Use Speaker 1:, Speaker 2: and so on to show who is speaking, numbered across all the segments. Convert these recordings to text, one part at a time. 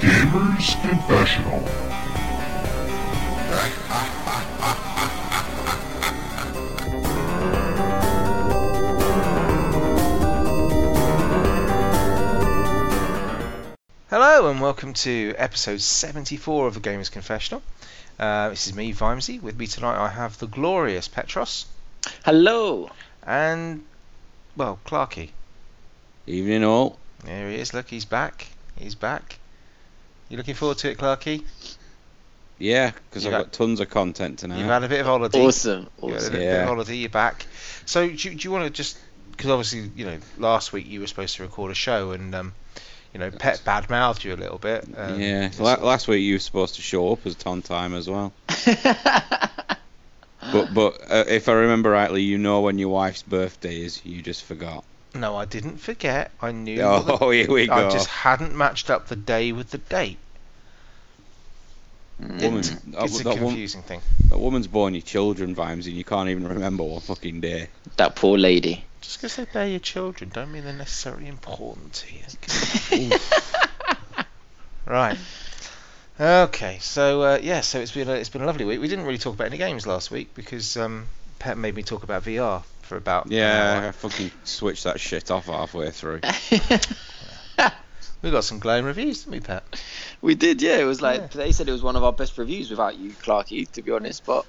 Speaker 1: Tim's Confessional.
Speaker 2: Hello and welcome to episode 74 of the Gamers Confessional. Uh, this is me, Vimesy. With me tonight, I have the glorious Petros
Speaker 3: Hello.
Speaker 2: and, well, Clarky.
Speaker 3: Evening all.
Speaker 2: There he is. Look, he's back. He's back. You looking forward to it, Clarky?
Speaker 4: Yeah, because
Speaker 2: You
Speaker 4: I've
Speaker 2: got-
Speaker 4: got, tons of content tonight.
Speaker 2: You've had a bit of holiday.
Speaker 3: Awesome.
Speaker 2: You had a
Speaker 3: Awesome.
Speaker 2: bit, bit
Speaker 4: Yeah.
Speaker 2: of holiday. You're back. So, do, you- do you want to just? Because obviously, you know, last week you were supposed to record a show, and um, you know, Pet badmouthed you a little bit. Um,
Speaker 4: yeah,
Speaker 2: it's-
Speaker 4: La- last week you were supposed to show up as on time as well. But but uh, if I remember rightly, you know when your wife's birthday is, you just forgot.
Speaker 2: No, I didn't forget. I knew. what the-
Speaker 4: Oh, here we
Speaker 2: I
Speaker 4: go.
Speaker 2: just hadn't matched up the day with the date.
Speaker 4: Woman,
Speaker 2: Mm. It's,
Speaker 4: that,
Speaker 2: it's a
Speaker 4: Oh, that wom-
Speaker 2: confusing thing.
Speaker 4: that woman's born your children, Vimes, and you can't even remember what fucking day.
Speaker 3: that poor lady.
Speaker 2: Just because they're, they're your children, don't mean they're necessarily important to you. right. Okay. So uh, yeah. So it's been a, it's been a lovely week. We didn't really talk about any games last week because um, Pet made me talk about VR for about an
Speaker 4: Yeah,
Speaker 2: hour.
Speaker 4: I fucking switched that shit off halfway through.
Speaker 2: We got some glowing reviews, didn't we, Pet?
Speaker 3: we did, yeah. It was like
Speaker 2: Yeah.
Speaker 3: they said it was one of our best reviews without you, Clarky, to be honest. But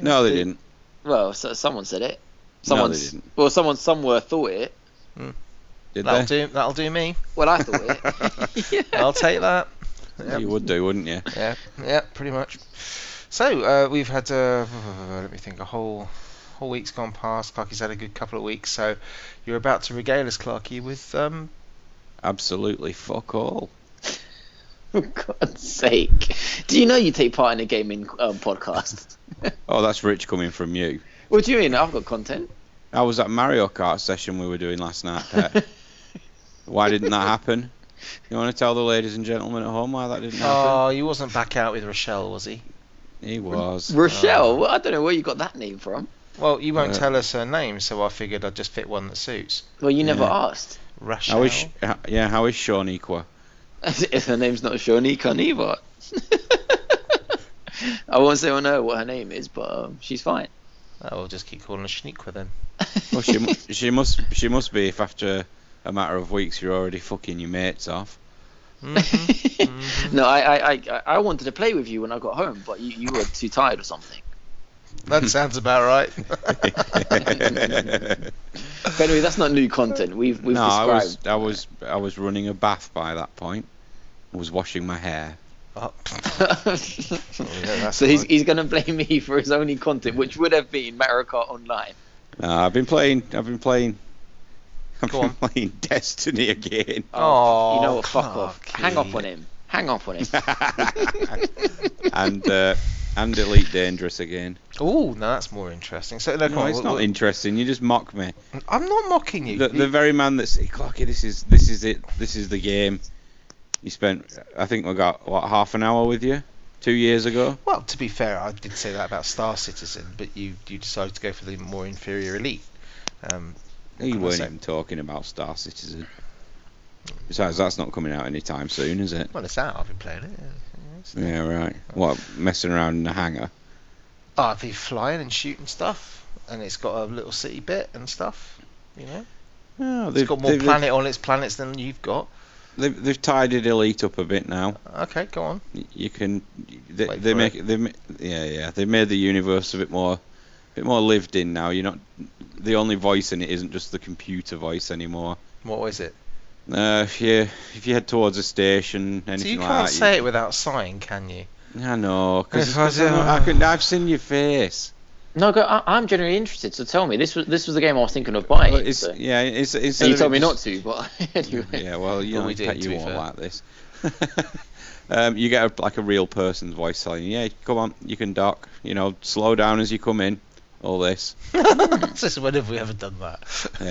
Speaker 4: No, they
Speaker 3: Dude,
Speaker 4: didn't.
Speaker 3: well, so, someone said it.
Speaker 4: No, they
Speaker 3: Someone
Speaker 4: didn't.
Speaker 3: well, someone somewhere thought it.
Speaker 4: Did
Speaker 2: that'll
Speaker 4: they?
Speaker 2: do. That'll do me.
Speaker 3: Well, I thought it.
Speaker 2: I'll take that. Yep.
Speaker 4: You would do, wouldn't you?
Speaker 2: Yeah, yeah, pretty much. So uh, we've had, uh, let me think, a whole whole week's gone past. Clarky's had a good couple of weeks, so you're about to regale us, Clarky, with um,
Speaker 4: Absolutely fuck all.
Speaker 3: For God's sake! Do you know you take part in a gaming um, podcast?
Speaker 4: Oh, that's rich coming from you.
Speaker 3: what do you mean? I've got content.
Speaker 4: I was at Mario Kart session we were doing last night, Pet. why didn't that happen? You want to tell the ladies and gentlemen at home why that didn't happen?
Speaker 2: oh, he wasn't back out with Rochelle, was he?
Speaker 4: he was.
Speaker 3: Rochelle, well, Oh. I don't know where you got that name from.
Speaker 2: Well, you won't
Speaker 4: Uh,
Speaker 2: tell us her name, so I figured I'd just fit one that suits.
Speaker 3: Well, you never
Speaker 4: Yeah.
Speaker 3: asked.
Speaker 2: Rochelle.
Speaker 4: How is sh- h- yeah? How is Sean Equa?
Speaker 3: if her name's not Shawnee Carnivore. I won't say on her what her name is, but um, she's fine.
Speaker 2: Oh, we'll just keep calling her Shneekwa then.
Speaker 4: Well, she mu- she must she must be if after a matter of weeks you're already fucking your mates off.
Speaker 2: Mhm.
Speaker 3: no, I, I, I, I wanted to play with you when I got home, but you, you were too tired or something.
Speaker 2: that sounds about right.
Speaker 3: But anyway, that's not new content. We've we've
Speaker 4: no, I
Speaker 3: described.
Speaker 4: was I was I was running a bath by that point. I was washing my hair.
Speaker 2: Oh, yeah, that's
Speaker 3: so he's,
Speaker 2: fine.
Speaker 3: he's going to blame me for his only content, which would have been Mario Kart Online.
Speaker 4: No, Uh, I've been playing. I've been playing. I've
Speaker 2: Go
Speaker 4: been playing Destiny again.
Speaker 2: Oh,
Speaker 3: you know what? Fuck off.
Speaker 2: Clarky.
Speaker 3: Hang up on him. Hang up on him.
Speaker 4: and uh, and Elite Dangerous again.
Speaker 2: Oh, no, that's more interesting. So, look,
Speaker 4: No, it's not interesting. You just mock me.
Speaker 2: I'm not mocking you.
Speaker 4: The, the very man that's Clarky, this is this is it. This is the game. You spent, I think we got what half an hour with you, two years ago.
Speaker 2: Well, to be fair, I did say that about Star Citizen, but you you decided to go for the more inferior elite. Um,
Speaker 4: You
Speaker 2: can I
Speaker 4: weren't
Speaker 2: say?
Speaker 4: even talking about Star Citizen. Besides, that's not coming out anytime soon, is it?
Speaker 2: well, it's out. I've been playing it. yeah.
Speaker 4: Yeah, right. What messing around in the hangar?
Speaker 2: Oh, I've been flying and shooting stuff, and it's got a little city bit and stuff. You know,
Speaker 4: Oh,
Speaker 2: it's got more planet on its planets than you've got.
Speaker 4: They've, they've tidied Elite up a bit now.
Speaker 2: Okay, go on.
Speaker 4: Y- You can they,
Speaker 2: Wait
Speaker 4: they
Speaker 2: for
Speaker 4: make they ma- yeah yeah they made the universe a bit more bit more lived in now. You're not the only voice in it isn't just the computer voice anymore.
Speaker 2: What was it?
Speaker 4: Uh, if you if you head towards a station, anything
Speaker 2: so you
Speaker 4: like
Speaker 2: can't
Speaker 4: that.
Speaker 2: say it without sighing, can you?
Speaker 4: you, I know,
Speaker 2: If
Speaker 4: because
Speaker 2: I
Speaker 4: I, know- I
Speaker 2: do-
Speaker 4: can, I've seen your face.
Speaker 3: No, go, I, I'm generally interested. So tell me, this was this was the game I was thinking of buying.
Speaker 4: But it's,
Speaker 3: so-
Speaker 4: yeah, it's, it's
Speaker 3: And you told me not to, but anyway.
Speaker 4: Yeah, well, you
Speaker 2: But
Speaker 4: know,
Speaker 2: we did,
Speaker 4: Pet,
Speaker 2: to
Speaker 4: you
Speaker 2: be
Speaker 4: won't
Speaker 2: fair.
Speaker 4: like this. um, you get a, like a real person's voice telling you, "Yeah, come on, you can dock. You know, slow down as you come in." All this.
Speaker 2: Just when have we ever done that?
Speaker 4: Yeah,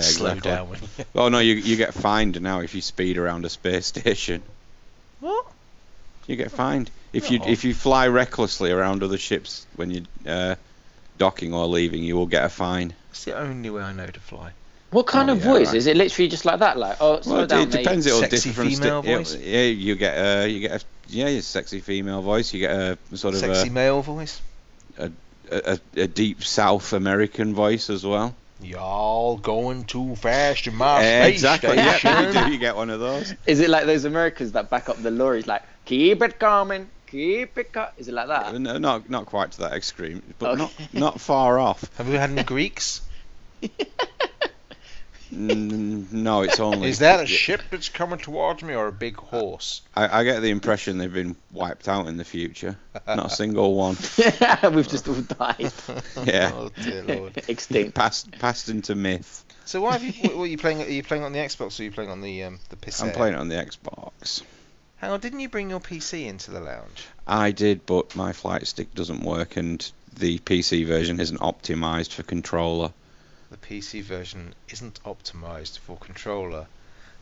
Speaker 2: Slow
Speaker 4: exactly.
Speaker 2: down. When you...
Speaker 4: Oh no, you you get fined now if you speed around a space station.
Speaker 2: What?
Speaker 4: You get fined if you
Speaker 2: Oh.
Speaker 4: if you fly recklessly around other ships when you're uh, docking or leaving. You will get a fine.
Speaker 2: It's the only way I know to fly.
Speaker 3: What kind
Speaker 4: Oh,
Speaker 3: of
Speaker 4: yeah,
Speaker 3: voice?
Speaker 4: right.
Speaker 3: Is it literally just like that? Like, oh, slow
Speaker 4: Well, it,
Speaker 3: down,
Speaker 4: it depends.
Speaker 3: mate.
Speaker 4: It'll
Speaker 2: Sexy
Speaker 4: differ from
Speaker 2: female
Speaker 4: sta- it'll-
Speaker 2: voice?
Speaker 4: Yeah, you get uh, you get a yeah, your sexy female voice. You get a sort of uh, a-
Speaker 2: Sexy male voice.
Speaker 4: a, a, a deep South American voice as well.
Speaker 2: Y'all going too fast in my
Speaker 4: Eh,
Speaker 2: space
Speaker 4: exactly. Yeah, you
Speaker 2: station.
Speaker 4: do. You get one of those.
Speaker 3: Is it like those Americans that back up the lorries, like keep it coming, keep it coming? Is it like that?
Speaker 4: Uh, No, not not quite to that extreme, but
Speaker 3: Okay.
Speaker 4: not not far off.
Speaker 2: Have we had any Greeks?
Speaker 4: N- no, it's only.
Speaker 2: Is that a ship that's coming towards me or a big horse?
Speaker 4: I, I get the impression they've been wiped out in the future. Not a single one.
Speaker 3: We've just all died,
Speaker 4: Yeah.
Speaker 2: oh dear lord.
Speaker 3: extinct.
Speaker 4: Passed passed into myth.
Speaker 2: So why have you? What, what are you playing? Are you playing on the Xbox or are you playing on the um, the PC?
Speaker 4: I'm playing it on the Xbox.
Speaker 2: Hang on, didn't you bring your PC into the lounge?
Speaker 4: I did, but my flight stick doesn't work, and the PC version isn't optimized for controller.
Speaker 2: The PC version isn't optimized for controller.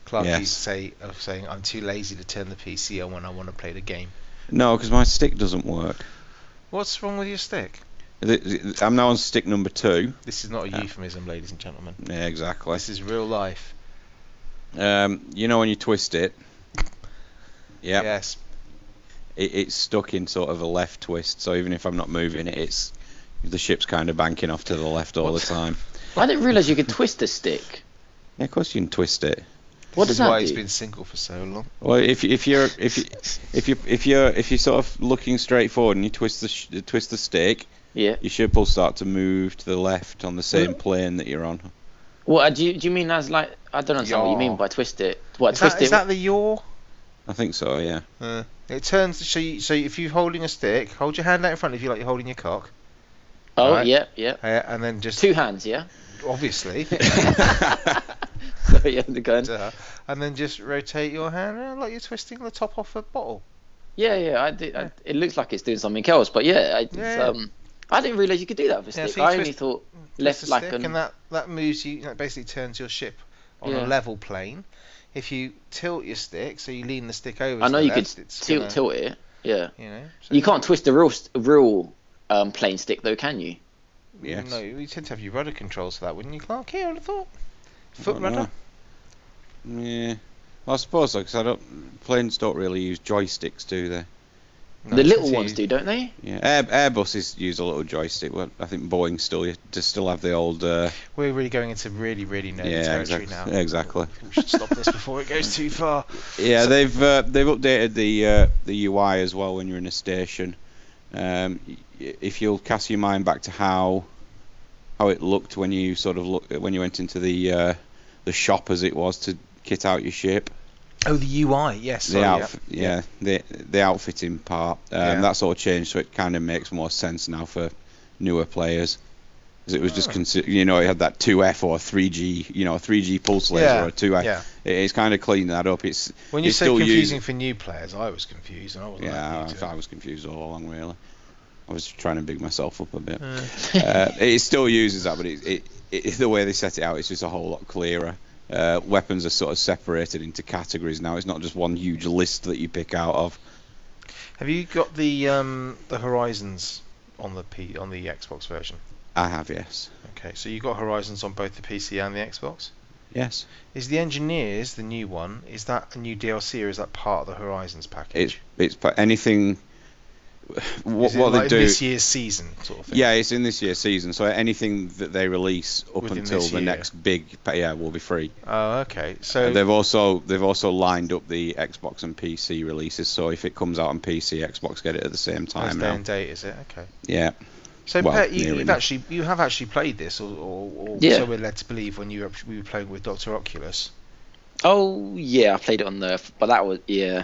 Speaker 2: Clark
Speaker 4: Yes.
Speaker 2: is say of saying I'm too lazy to turn the PC on when I want to play the game.
Speaker 4: No, because my stick doesn't work.
Speaker 2: What's wrong with your stick?
Speaker 4: Th- th- I'm now on stick number two.
Speaker 2: This is not a
Speaker 4: Yeah.
Speaker 2: euphemism, ladies and gentlemen.
Speaker 4: Yeah, exactly.
Speaker 2: This is real life.
Speaker 4: Um, you know when you twist it. Yeah.
Speaker 2: Yes.
Speaker 4: It, it's stuck in sort of a left twist, so even if I'm not moving it, it's the ship's kind of banking off to the left all the time.
Speaker 3: I didn't realise you could twist a stick.
Speaker 4: Yeah, of course you can twist it.
Speaker 3: What
Speaker 2: this
Speaker 3: does
Speaker 2: is why
Speaker 3: that
Speaker 2: he's
Speaker 3: do?
Speaker 2: been single for so long.
Speaker 4: Well, if you- if you're if you, if you if you're if you're sort of looking straight forward and you twist the sh- twist the stick,
Speaker 3: Yeah.
Speaker 4: your ship will start to move to the left on the same plane that you're on.
Speaker 3: What uh, do you do? You mean as like I don't understand what you
Speaker 2: Yeah.
Speaker 3: mean by twist it? What
Speaker 2: Is
Speaker 3: twist
Speaker 2: that, is
Speaker 3: it?
Speaker 2: that the yaw?
Speaker 4: I think so, yeah.
Speaker 2: Uh, it turns. So, you, so if you're holding a stick, hold your hand out in front of you like you're holding your cock,
Speaker 3: oh
Speaker 2: right.
Speaker 3: yeah, yeah.
Speaker 2: uh, and then just
Speaker 3: Two hands, yeah.
Speaker 2: obviously,
Speaker 3: Sorry, yeah, the gun.
Speaker 2: duh, and then just rotate your hand around like you're twisting the top off a bottle.
Speaker 3: Yeah, yeah. I did. I, it looks like it's doing something else, but yeah, it's,
Speaker 2: Yeah, yeah.
Speaker 3: um, I didn't realise you could do that with a
Speaker 2: Yeah,
Speaker 3: stick.
Speaker 2: so you
Speaker 3: I only
Speaker 2: twist-
Speaker 3: thought
Speaker 2: Twist
Speaker 3: left
Speaker 2: the
Speaker 3: like
Speaker 2: stick,
Speaker 3: an.
Speaker 2: and that that moves you. That basically turns your ship on
Speaker 3: Yeah.
Speaker 2: a level plane. If you tilt your stick, so you lean the stick over.
Speaker 3: I
Speaker 2: to
Speaker 3: know
Speaker 2: the
Speaker 3: you could
Speaker 2: left, it's
Speaker 3: tilt
Speaker 2: gonna,
Speaker 3: tilt it. Yeah.
Speaker 2: You know. so-
Speaker 3: You can't twist the real st- real um, plane stick though, can you?
Speaker 4: Yes.
Speaker 2: No, you tend to have your rudder controls for that, wouldn't you, Clark? Yeah, I would have thought. Foot
Speaker 4: Don't
Speaker 2: rudder.
Speaker 4: know. Yeah. Well, I suppose so, 'cause I don't planes don't really use joysticks, do they?
Speaker 2: No,
Speaker 3: the
Speaker 2: it's
Speaker 3: little
Speaker 2: confused.
Speaker 3: ones do, don't they?
Speaker 4: Yeah. Air, Airbuses use a little joystick. Well, I think Boeing still just still have the old. Uh,
Speaker 2: We're really going into really, really nerdy
Speaker 4: yeah,
Speaker 2: territory
Speaker 4: exactly.
Speaker 2: now.
Speaker 4: Exactly.
Speaker 2: We should stop this before it goes too far.
Speaker 4: Yeah,
Speaker 2: So-
Speaker 4: they've uh, they've updated the uh, the UI as well when you're in a station. Um, y- if you'll cast your mind back to how how it looked when you sort of look when you went into the uh, the shop as it was to kit out your ship,
Speaker 2: Oh, the UI, yes.
Speaker 4: the
Speaker 2: sorry,
Speaker 4: outf- yeah, the the outfitting part um,
Speaker 2: Yeah.
Speaker 4: that sort of changed, so it kind of makes more sense now for newer players. 'Cause It was just
Speaker 2: Ah.
Speaker 4: consi- you know, it had that 2F or 3G, you know, a 3G pulse laser
Speaker 2: Yeah,
Speaker 4: or a 2F.
Speaker 2: yeah.
Speaker 4: It- It's kind of cleaned that up. It's
Speaker 2: When you
Speaker 4: it's
Speaker 2: say
Speaker 4: still used-
Speaker 2: confusing for new players, I was confused and I wasn't
Speaker 4: Yeah,
Speaker 2: that new
Speaker 4: I, I
Speaker 2: to it.
Speaker 4: was confused all along, really. I was trying to big myself up a bit.
Speaker 2: Uh,
Speaker 4: Uh, it still uses that, but it, it, it, the way they set it out, it's just a whole lot clearer. Uh, weapons are sort of separated into categories now. It's not just one huge list that you pick out of.
Speaker 2: Have you got the um, the Horizons on the P on the Xbox version?
Speaker 4: I have, yes.
Speaker 2: Okay, so you got Horizons on both the PC and the Xbox.
Speaker 4: Yes.
Speaker 2: Is the Engineers the new one? Is that a new DLC or is that part of the Horizons
Speaker 4: It's,
Speaker 2: package?
Speaker 4: it's pa- anything. What,
Speaker 2: Is it
Speaker 4: what they
Speaker 2: like
Speaker 4: do.
Speaker 2: this year's season sort of thing.
Speaker 4: yeah, it's in this year's season, so anything that they release up
Speaker 2: Within
Speaker 4: until
Speaker 2: this
Speaker 4: the
Speaker 2: year.
Speaker 4: next big, pa- yeah, will be free.
Speaker 2: Oh, okay. So
Speaker 4: they've also they've also lined up the Xbox and PC releases, so if it comes out on PC, Xbox get it at the same
Speaker 2: that's
Speaker 4: time
Speaker 2: day
Speaker 4: now.
Speaker 2: and date, is it? Okay.
Speaker 4: Yeah,
Speaker 2: So
Speaker 4: Well,
Speaker 2: Pet, you,
Speaker 4: near
Speaker 2: you've
Speaker 4: enough.
Speaker 2: actually you have actually played this, or, or, or
Speaker 3: Yeah.
Speaker 2: so we're led to believe when you were, we were playing with Doctor Oculus.
Speaker 3: Oh yeah, I played it on the. But that was yeah,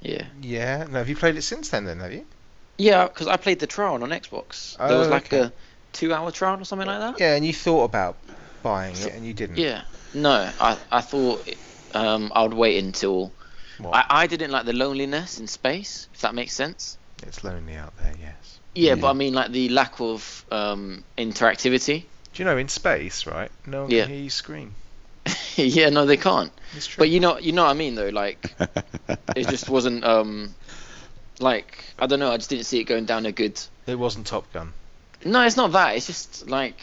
Speaker 3: yeah,
Speaker 2: Yeah. Now have you played it since then? Then have you?
Speaker 3: yeah. Because I played the trial on Xbox. There
Speaker 2: Oh,
Speaker 3: was like
Speaker 2: okay.
Speaker 3: a two-hour trial or something like that.
Speaker 2: Yeah, and you thought about buying it and you didn't.
Speaker 3: Yeah. No, I I thought um I would wait until.
Speaker 2: What?
Speaker 3: I, I didn't like the loneliness in space, if that makes sense.
Speaker 2: It's lonely out there. Yes.
Speaker 3: Yeah, but
Speaker 4: Yeah.
Speaker 3: I mean like the lack of um, interactivity.
Speaker 2: Do you know in space, right? No one
Speaker 3: Yeah.
Speaker 2: can hear you scream.
Speaker 3: yeah, no, they can't.
Speaker 2: It's true.
Speaker 3: But you know, you know what I mean though. Like it just wasn't um, like I don't know. I just didn't see it going down a good.
Speaker 2: it wasn't Top Gun.
Speaker 3: No, it's not that. It's just like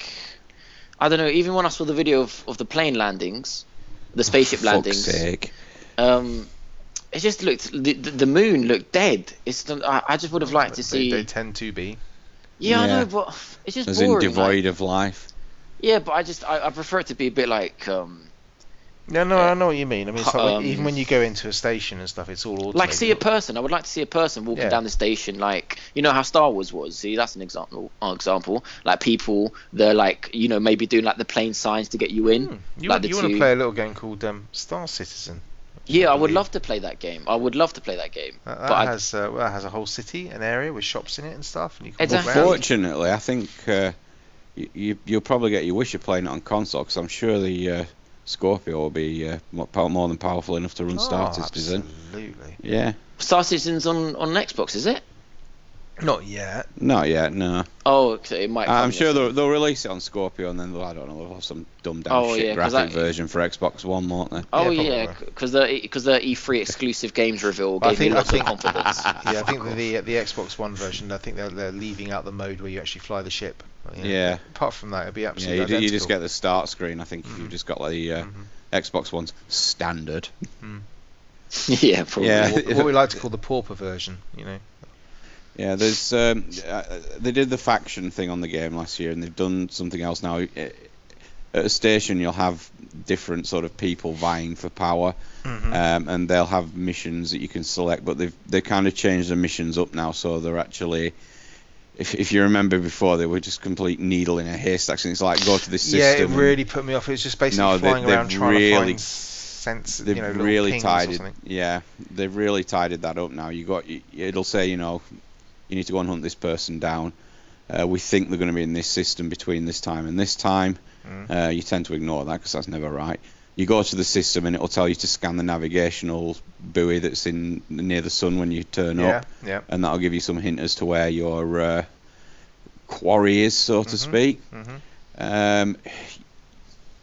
Speaker 3: I don't know. Even when I saw the video of, of the plane landings, the spaceship
Speaker 4: Fuck's
Speaker 3: landings,
Speaker 4: sake.
Speaker 3: um, it just looked the, the the moon looked dead. It's not, I, I just would have liked
Speaker 2: They,
Speaker 3: to see.
Speaker 2: they tend to be.
Speaker 3: yeah, I
Speaker 4: Yeah.
Speaker 3: know, but it's just
Speaker 4: as in
Speaker 3: boring. like-
Speaker 4: devoid of life.
Speaker 3: yeah, but I just I, I prefer it to be a bit like um
Speaker 2: No, no,
Speaker 3: Yeah.
Speaker 2: I know what you mean. I mean, it's like when-
Speaker 3: Um,
Speaker 2: even when you go into a station and stuff, it's all automated.
Speaker 3: like see a person. I would like to see a person walking
Speaker 2: Yeah.
Speaker 3: down the station, like you know how Star Wars was. See, that's an example. uh, example, like people they're like you know maybe doing like the plane signs to get you in.
Speaker 2: Hmm. You,
Speaker 3: like
Speaker 2: want-
Speaker 3: the
Speaker 2: you want to
Speaker 3: two-
Speaker 2: play a little game called um, Star Citizen.
Speaker 3: Yeah, I would
Speaker 2: believe.
Speaker 3: love to play that game. I would love to play that game.
Speaker 2: That,
Speaker 3: But
Speaker 2: that
Speaker 3: I-
Speaker 2: has uh, well, that has a whole city, an area with shops in it and stuff, and you can
Speaker 3: Exactly.
Speaker 2: walk around.
Speaker 4: Fortunately, I think uh, you- you, you'll probably get your wish of playing it on console because I'm sure the uh, Scorpio will be uh, mo- pow- more than powerful enough to run Star
Speaker 2: Oh,
Speaker 4: Citizen.
Speaker 2: absolutely.
Speaker 4: Yeah,
Speaker 3: Star Citizen's on on Xbox, is it?
Speaker 2: Not yet.
Speaker 4: not yet. No,
Speaker 3: Oh, okay, it might.
Speaker 4: I'm
Speaker 3: come,
Speaker 4: sure
Speaker 3: yes.
Speaker 4: they'll, they'll release it on Scorpio and then they'll, I don't know, they'll have some dumbed down
Speaker 3: Oh,
Speaker 4: shit
Speaker 3: yeah, 'cause
Speaker 4: graphic
Speaker 3: that-
Speaker 4: version for Xbox One, won't they?
Speaker 3: Oh
Speaker 2: Yeah,
Speaker 3: yeah,
Speaker 2: probably.
Speaker 3: because the because the E3 exclusive games reveal
Speaker 2: I
Speaker 3: gave
Speaker 2: think-
Speaker 3: me
Speaker 2: I
Speaker 3: lots of
Speaker 2: think-
Speaker 3: confidence.
Speaker 2: Yeah, I think the, the the Xbox One version. I think they're, they're leaving out the mode where you actually fly the ship. You know,
Speaker 4: Yeah.
Speaker 2: Apart from that, it'd be
Speaker 4: Yeah,
Speaker 2: absolutely
Speaker 4: you, ju- you just
Speaker 2: identical.
Speaker 4: get the start screen. I think if
Speaker 2: Mhm.
Speaker 4: you've just got the uh,
Speaker 2: Mhm.
Speaker 4: Xbox One's standard.
Speaker 3: yeah, probably.
Speaker 4: Yeah.
Speaker 2: What- what we like to call the pauper version. You know.
Speaker 4: Yeah, there's um, uh, they did the faction thing on the game last year, and they've done something else now. Uh, At a station, you'll have different sort of people vying for power,
Speaker 2: Mhm.
Speaker 4: um, and they'll have missions that you can select. But they've they kind of changed the missions up now, so they're actually. If, if you remember before, they were just complete needle in a haystack, and it's like go to this system.
Speaker 2: yeah, it
Speaker 4: and
Speaker 2: really put me off. It was just basically
Speaker 4: No, they-
Speaker 2: flying
Speaker 4: they've
Speaker 2: around trying to
Speaker 4: really-
Speaker 2: find sense.
Speaker 4: They've
Speaker 2: you know, little
Speaker 4: really
Speaker 2: pings
Speaker 4: tied
Speaker 2: or
Speaker 4: it.
Speaker 2: something.
Speaker 4: Yeah, they've really tidied that up now. You got you- it'll say you know you need to go and hunt this person down. Uh, we think they're going to be in this system between this time and this time.
Speaker 2: Mm.
Speaker 4: Uh, you tend to ignore that because that's never right. You go to the system and it'll tell you to scan the navigational buoy that's in near the sun when you turn
Speaker 2: Yeah,
Speaker 4: up,
Speaker 2: yeah.
Speaker 4: and that'll give you some hint as to where your uh, quarry is, so to
Speaker 2: Mhm.
Speaker 4: speak.
Speaker 2: hmm
Speaker 4: Um,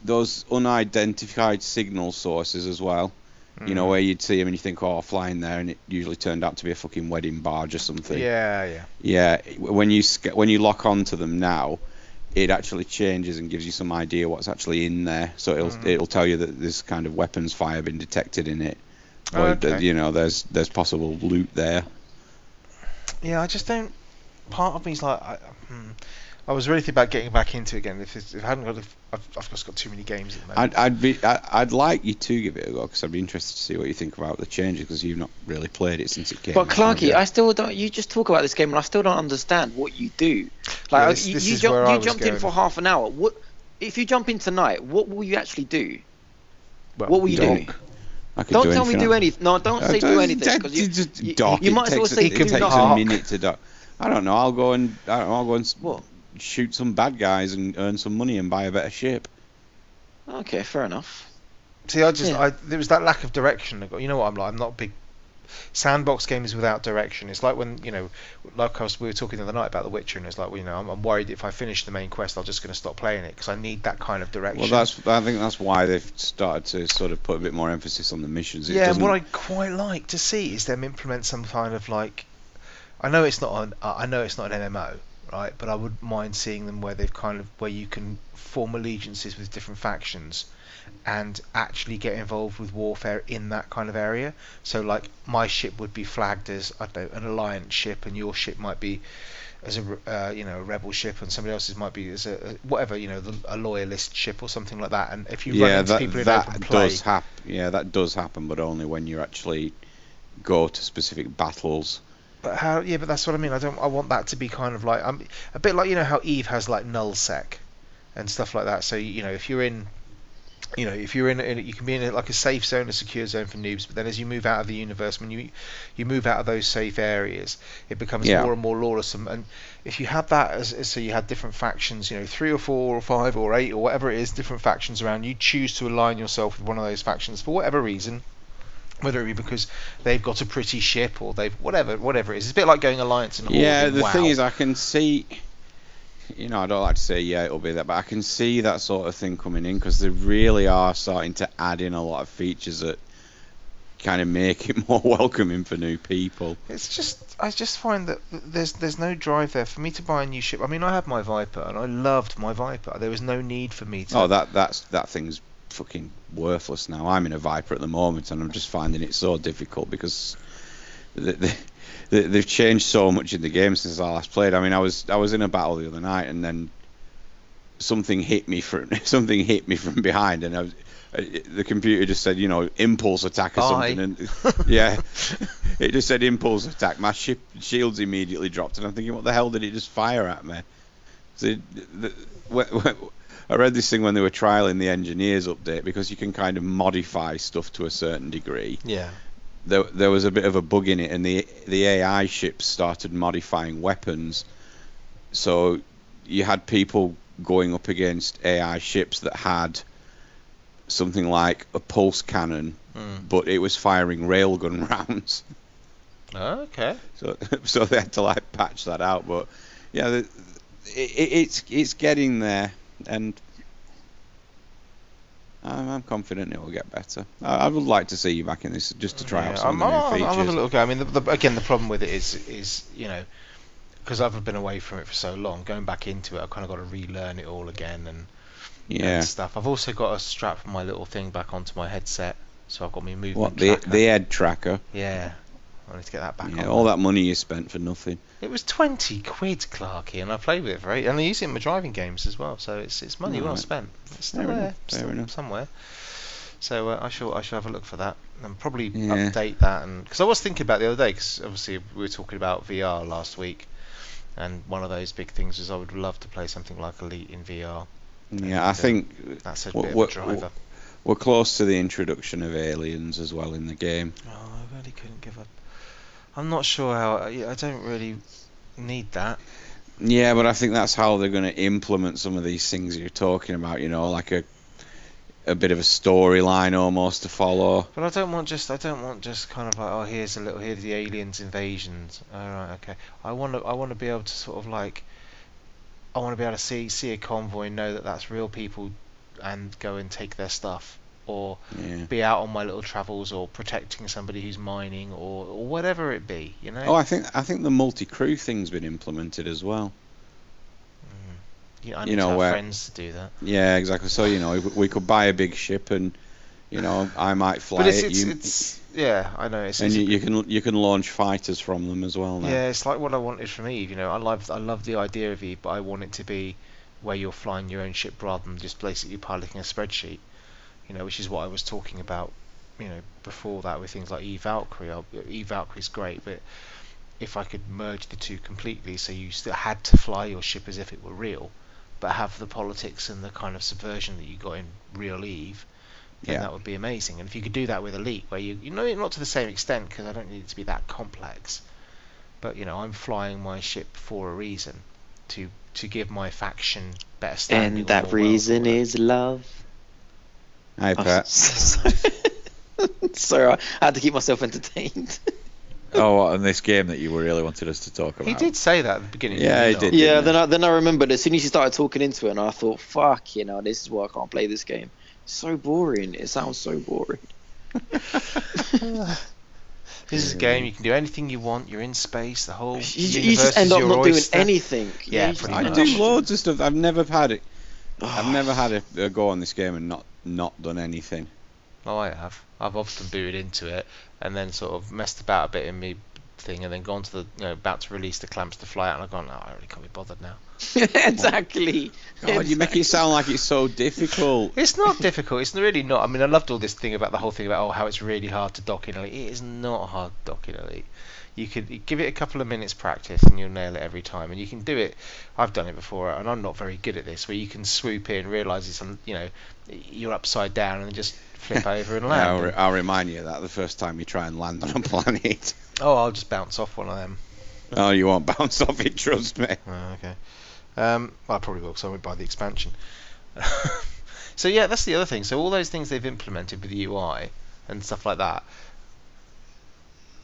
Speaker 4: those unidentified signal sources as well. You
Speaker 2: Mm-hmm. Mm.
Speaker 4: know where you'd see them and you think, "Oh, flying there," and it usually turned out to be a fucking wedding barge or something.
Speaker 2: Yeah, yeah.
Speaker 4: Yeah. w- When you sc- when you lock onto them now, it actually changes and gives you some idea what's actually in there. So it'll
Speaker 2: Mhm.
Speaker 4: it'll tell you that there's kind of weapons fire been detected in it.
Speaker 2: Oh,
Speaker 4: Or that,
Speaker 2: okay.
Speaker 4: you know, there's there's possible loot there.
Speaker 2: Yeah, I just don't. Part of me's like, I, hmm. I was really thinking about getting back into it again. If, it's, if I hadn't got, if, I've, I've just got too many games at the moment.
Speaker 4: I'd I'd be I- I'd like you to give it a go because I'd be interested to see what you think about the changes because you've not really played it since it came.
Speaker 3: But
Speaker 4: out, have
Speaker 3: Clarky,
Speaker 4: you?
Speaker 3: I still don't. You just talk about this game, and I still don't understand what you do. Like
Speaker 2: Yeah, this-
Speaker 3: you,
Speaker 2: this
Speaker 3: you,
Speaker 2: is
Speaker 3: jump,
Speaker 2: where I
Speaker 3: you
Speaker 2: was
Speaker 3: jumped in
Speaker 2: going.
Speaker 3: for half an hour. What if you jump in tonight? What will you actually do?
Speaker 2: well,
Speaker 3: what were you
Speaker 4: dock.
Speaker 3: doing?
Speaker 4: I could
Speaker 3: Don't tell me
Speaker 4: anything.
Speaker 3: do anything. No, don't
Speaker 4: Uh,
Speaker 3: say do
Speaker 4: don't-
Speaker 3: anything.
Speaker 4: don't-
Speaker 3: 'cause you,
Speaker 4: just
Speaker 3: you-
Speaker 4: dock.
Speaker 3: you
Speaker 4: it
Speaker 3: might as well
Speaker 4: takes-
Speaker 3: say
Speaker 4: it
Speaker 3: do
Speaker 4: takes a
Speaker 3: not.
Speaker 4: minute to dock. I don't know. I'll go and I don't know, I'll go and s-
Speaker 3: What?
Speaker 4: shoot some bad guys and earn some money and buy a better ship.
Speaker 3: Okay, fair enough.
Speaker 2: See, I just,
Speaker 3: Yeah.
Speaker 2: I, there was that lack of direction. that got- You know what I'm like? I'm not a big. Sandbox games without direction. It's like when you know, like I was, we were talking the other night about The Witcher, and it's like, well, you know, I'm, I'm worried if I finish the main quest, I'm just going to stop playing it because I need that kind of direction.
Speaker 4: Well, that's I think that's why they've started to sort of put a bit more emphasis on the missions. It
Speaker 2: yeah, and
Speaker 4: doesn't-
Speaker 2: what I quite like to see is them implement some kind of like, I know it's not an, I I know it's not an MMO, right? But I would mind seeing them where they've kind of where you can form allegiances with different factions, and actually get involved with warfare in that kind of area. So like my ship would be flagged as I don't know an alliance ship, and your ship might be as a re- uh, you know a rebel ship, and somebody else's might be as a, a whatever you know the, a loyalist ship or something like that. And if you run
Speaker 4: yeah,
Speaker 2: into
Speaker 4: that,
Speaker 2: people in
Speaker 4: that
Speaker 2: open play,
Speaker 4: does happen. Yeah, that does happen, but only when you actually go to specific battles.
Speaker 2: But how? Yeah, but that's what I mean. I don't. I want that to be kind of like. I'm a bit like you know how Eve has like null sec, and stuff like that. So you know if you're in, you know if you're in, in you can be in like a safe zone, a secure zone for noobs. But then as you move out of the universe, when you you move out of those safe areas, it becomes
Speaker 4: Yeah.
Speaker 2: more and more lawless. And, and if you had that, as, as- so you had different factions, you know three or four or five or eight or whatever it is, different factions around. You choose to align yourself with one of those factions for whatever reason whether it be because they've got a pretty ship or they've whatever whatever it is. It's a bit like going alliance and
Speaker 4: Yeah,
Speaker 2: Horde in
Speaker 4: the
Speaker 2: Oh, WoW.
Speaker 4: thing is, I can see. You know, I don't like to say yeah, it'll be that, but I can see that sort of thing coming in because they really are starting to add in a lot of features that kind of make it more welcoming for new people.
Speaker 2: it's just I just find that th- there's there's no drive there for me to buy a new ship. I mean, I had my Viper and I loved my Viper. There was no need for me to.
Speaker 4: Oh, that Oh, that's that thing's fucking worthless now. I'm in a Viper at the moment, and I'm just finding it so difficult because they, they, they- they've changed so much in the game since I last played. I mean, I was I was in a battle the other night, and then something hit me from something hit me from behind, and I was, uh, the computer just said, you know, impulse attack or
Speaker 2: Bye.
Speaker 4: something, and yeah, it just said impulse attack. My ship shields immediately dropped, and I'm thinking, what the hell did it just fire at me? So, the, the, wh- wh- I read this thing when they were trialing the engineers update because you can kind of modify stuff to a certain degree.
Speaker 2: yeah.
Speaker 4: There, there was a bit of a bug in it, and the the AI ships started modifying weapons. So you had people going up against AI ships that had something like a pulse cannon,
Speaker 2: Mm.
Speaker 4: but it was firing railgun rounds.
Speaker 2: Okay.
Speaker 4: So, so they had to like patch that out. But yeah, the, it, it- it's it's getting there, and I'm, I'm confident it will get better. I, I would like to see you back in this just to try out some
Speaker 2: I'm,
Speaker 4: of the
Speaker 2: I'll-
Speaker 4: new
Speaker 2: I'll have a
Speaker 4: features.
Speaker 2: little go. I mean, the, the, again, the problem with it is, is you know, because I've been away from it for so long, going back into it, I've kind of got to relearn it all again and,
Speaker 4: yeah.
Speaker 2: and stuff. I've also got to strap my little thing back onto my headset, so I've got my movement.
Speaker 4: What the
Speaker 2: tracker.
Speaker 4: the head tracker?
Speaker 2: Yeah, I need to get that back
Speaker 4: Yeah,
Speaker 2: on.
Speaker 4: all that money you spent for nothing.
Speaker 2: It was twenty quid, Clarky, and I played with it very. And I use it in my driving games as well, so it's it's money well
Speaker 4: Alright.
Speaker 2: spent. It's still
Speaker 4: Fair
Speaker 2: there,
Speaker 4: enough,
Speaker 2: still
Speaker 4: fair enough.
Speaker 2: somewhere. So uh, I shall I shall have a look for that and probably
Speaker 4: Yeah.
Speaker 2: update that and because I was thinking about it the other day because obviously we were talking about VR last week, and one of those big things was I would love to play something like Elite in VR.
Speaker 4: Yeah, I
Speaker 2: And, uh,
Speaker 4: think
Speaker 2: That's a
Speaker 4: What-
Speaker 2: bit
Speaker 4: what-
Speaker 2: of a driver.
Speaker 4: we're close to the introduction of aliens as well in the game.
Speaker 2: Oh, I really couldn't give up. I'm not sure how. I I don't really need that.
Speaker 4: Yeah, but I think that's how they're going to implement some of these things you're talking about. You know, like a a bit of a storyline almost to follow.
Speaker 2: But I don't want just I don't want just kind of like oh here's a little here's the aliens invasions. All right, okay. I want to I want to be able to sort of like I want to be able to see see a convoy and know that that's real people and go and take their stuff or
Speaker 4: Yeah.
Speaker 2: be out on my little travels or protecting somebody who's mining or, or whatever it be, you know.
Speaker 4: Oh, I think I think the multi-crew thing's been implemented as well.
Speaker 2: you, I
Speaker 4: you
Speaker 2: need
Speaker 4: know
Speaker 2: to have
Speaker 4: where-
Speaker 2: friends to do that.
Speaker 4: Yeah, exactly. So you know, we could buy a big ship, and you know, I might fly
Speaker 2: But it's
Speaker 4: it.
Speaker 2: it's,
Speaker 4: you,
Speaker 2: it's yeah, I know it's,
Speaker 4: and
Speaker 2: it's a
Speaker 4: you, you can you can launch fighters from them as well. Now.
Speaker 2: Yeah, it's like what I wanted from Eve. You know, I love I love the idea of Eve, but I want it to be where you're flying your own ship rather than just basically piloting a spreadsheet. You know, which is what I was talking about. You know, before that with things like Eve Valkyrie. I- Eve Valkyrie's great, but if I could merge the two completely, so you still had to fly your ship as if it were real, but have the politics and the kind of subversion that you got in real Eve. then
Speaker 4: Yeah.
Speaker 2: that would be amazing. And if you could do that with Elite, where you, you know, not to the same extent, because I don't need it to be that complex, but you know I'm flying my ship for a reason to to give my faction better standing.
Speaker 3: And
Speaker 2: or
Speaker 3: that
Speaker 2: more wealth or
Speaker 3: reason
Speaker 2: whatever.
Speaker 3: is love.
Speaker 4: Hi, Pat.
Speaker 3: Sorry, I had to keep myself entertained.
Speaker 1: Oh, what, and this game that you really wanted us to talk about.
Speaker 2: He did say that at the beginning.
Speaker 4: Yeah,
Speaker 2: didn't
Speaker 4: he
Speaker 2: Noel?
Speaker 4: did.
Speaker 3: yeah,
Speaker 4: didn't
Speaker 3: then I, then I remembered as soon as you started talking into it, and I thought, fuck, you know, this is why I can't play this game. It's so boring. It sounds so boring.
Speaker 2: This is a game you can do anything you want. You're in space. The whole
Speaker 3: You, you
Speaker 2: universe
Speaker 3: just end
Speaker 2: is
Speaker 3: up
Speaker 2: your
Speaker 3: not
Speaker 2: oyster.
Speaker 3: doing anything.
Speaker 2: Yeah,
Speaker 3: you just
Speaker 2: pretty
Speaker 4: I
Speaker 3: end
Speaker 2: much.
Speaker 3: up-
Speaker 4: do loads of stuff. I've never had it. I've
Speaker 3: Oh.
Speaker 4: never had a, a go on this game and not not done anything.
Speaker 2: Oh, I have. I've often booted into it and then sort of messed about a bit in me thing and then gone to the you know about to release the clamps to fly out and I've gone. Oh, I really can't be bothered now.
Speaker 3: exactly.
Speaker 4: God, you make it sound like it's so difficult.
Speaker 2: It's not difficult. It's really not. I mean, I loved all this thing about the whole thing about oh how it's really hard to dock in elite. It is not hard to dock in elite. You could you give it a couple of minutes practice and you'll nail it every time. And you can do it. I've done it before, and I'm not very good at this. Where you can swoop in, realize it's un- you know you're upside down, and just flip over and land.
Speaker 4: I'll, re- I'll remind you of that the first time you try and land on a planet.
Speaker 2: oh, I'll just bounce off one of them.
Speaker 4: oh, you won't bounce off it, trust me.
Speaker 2: Oh, okay. Um, well, I probably will because I went by the expansion. so yeah, that's the other thing. So all those things they've implemented with the UI and stuff like that,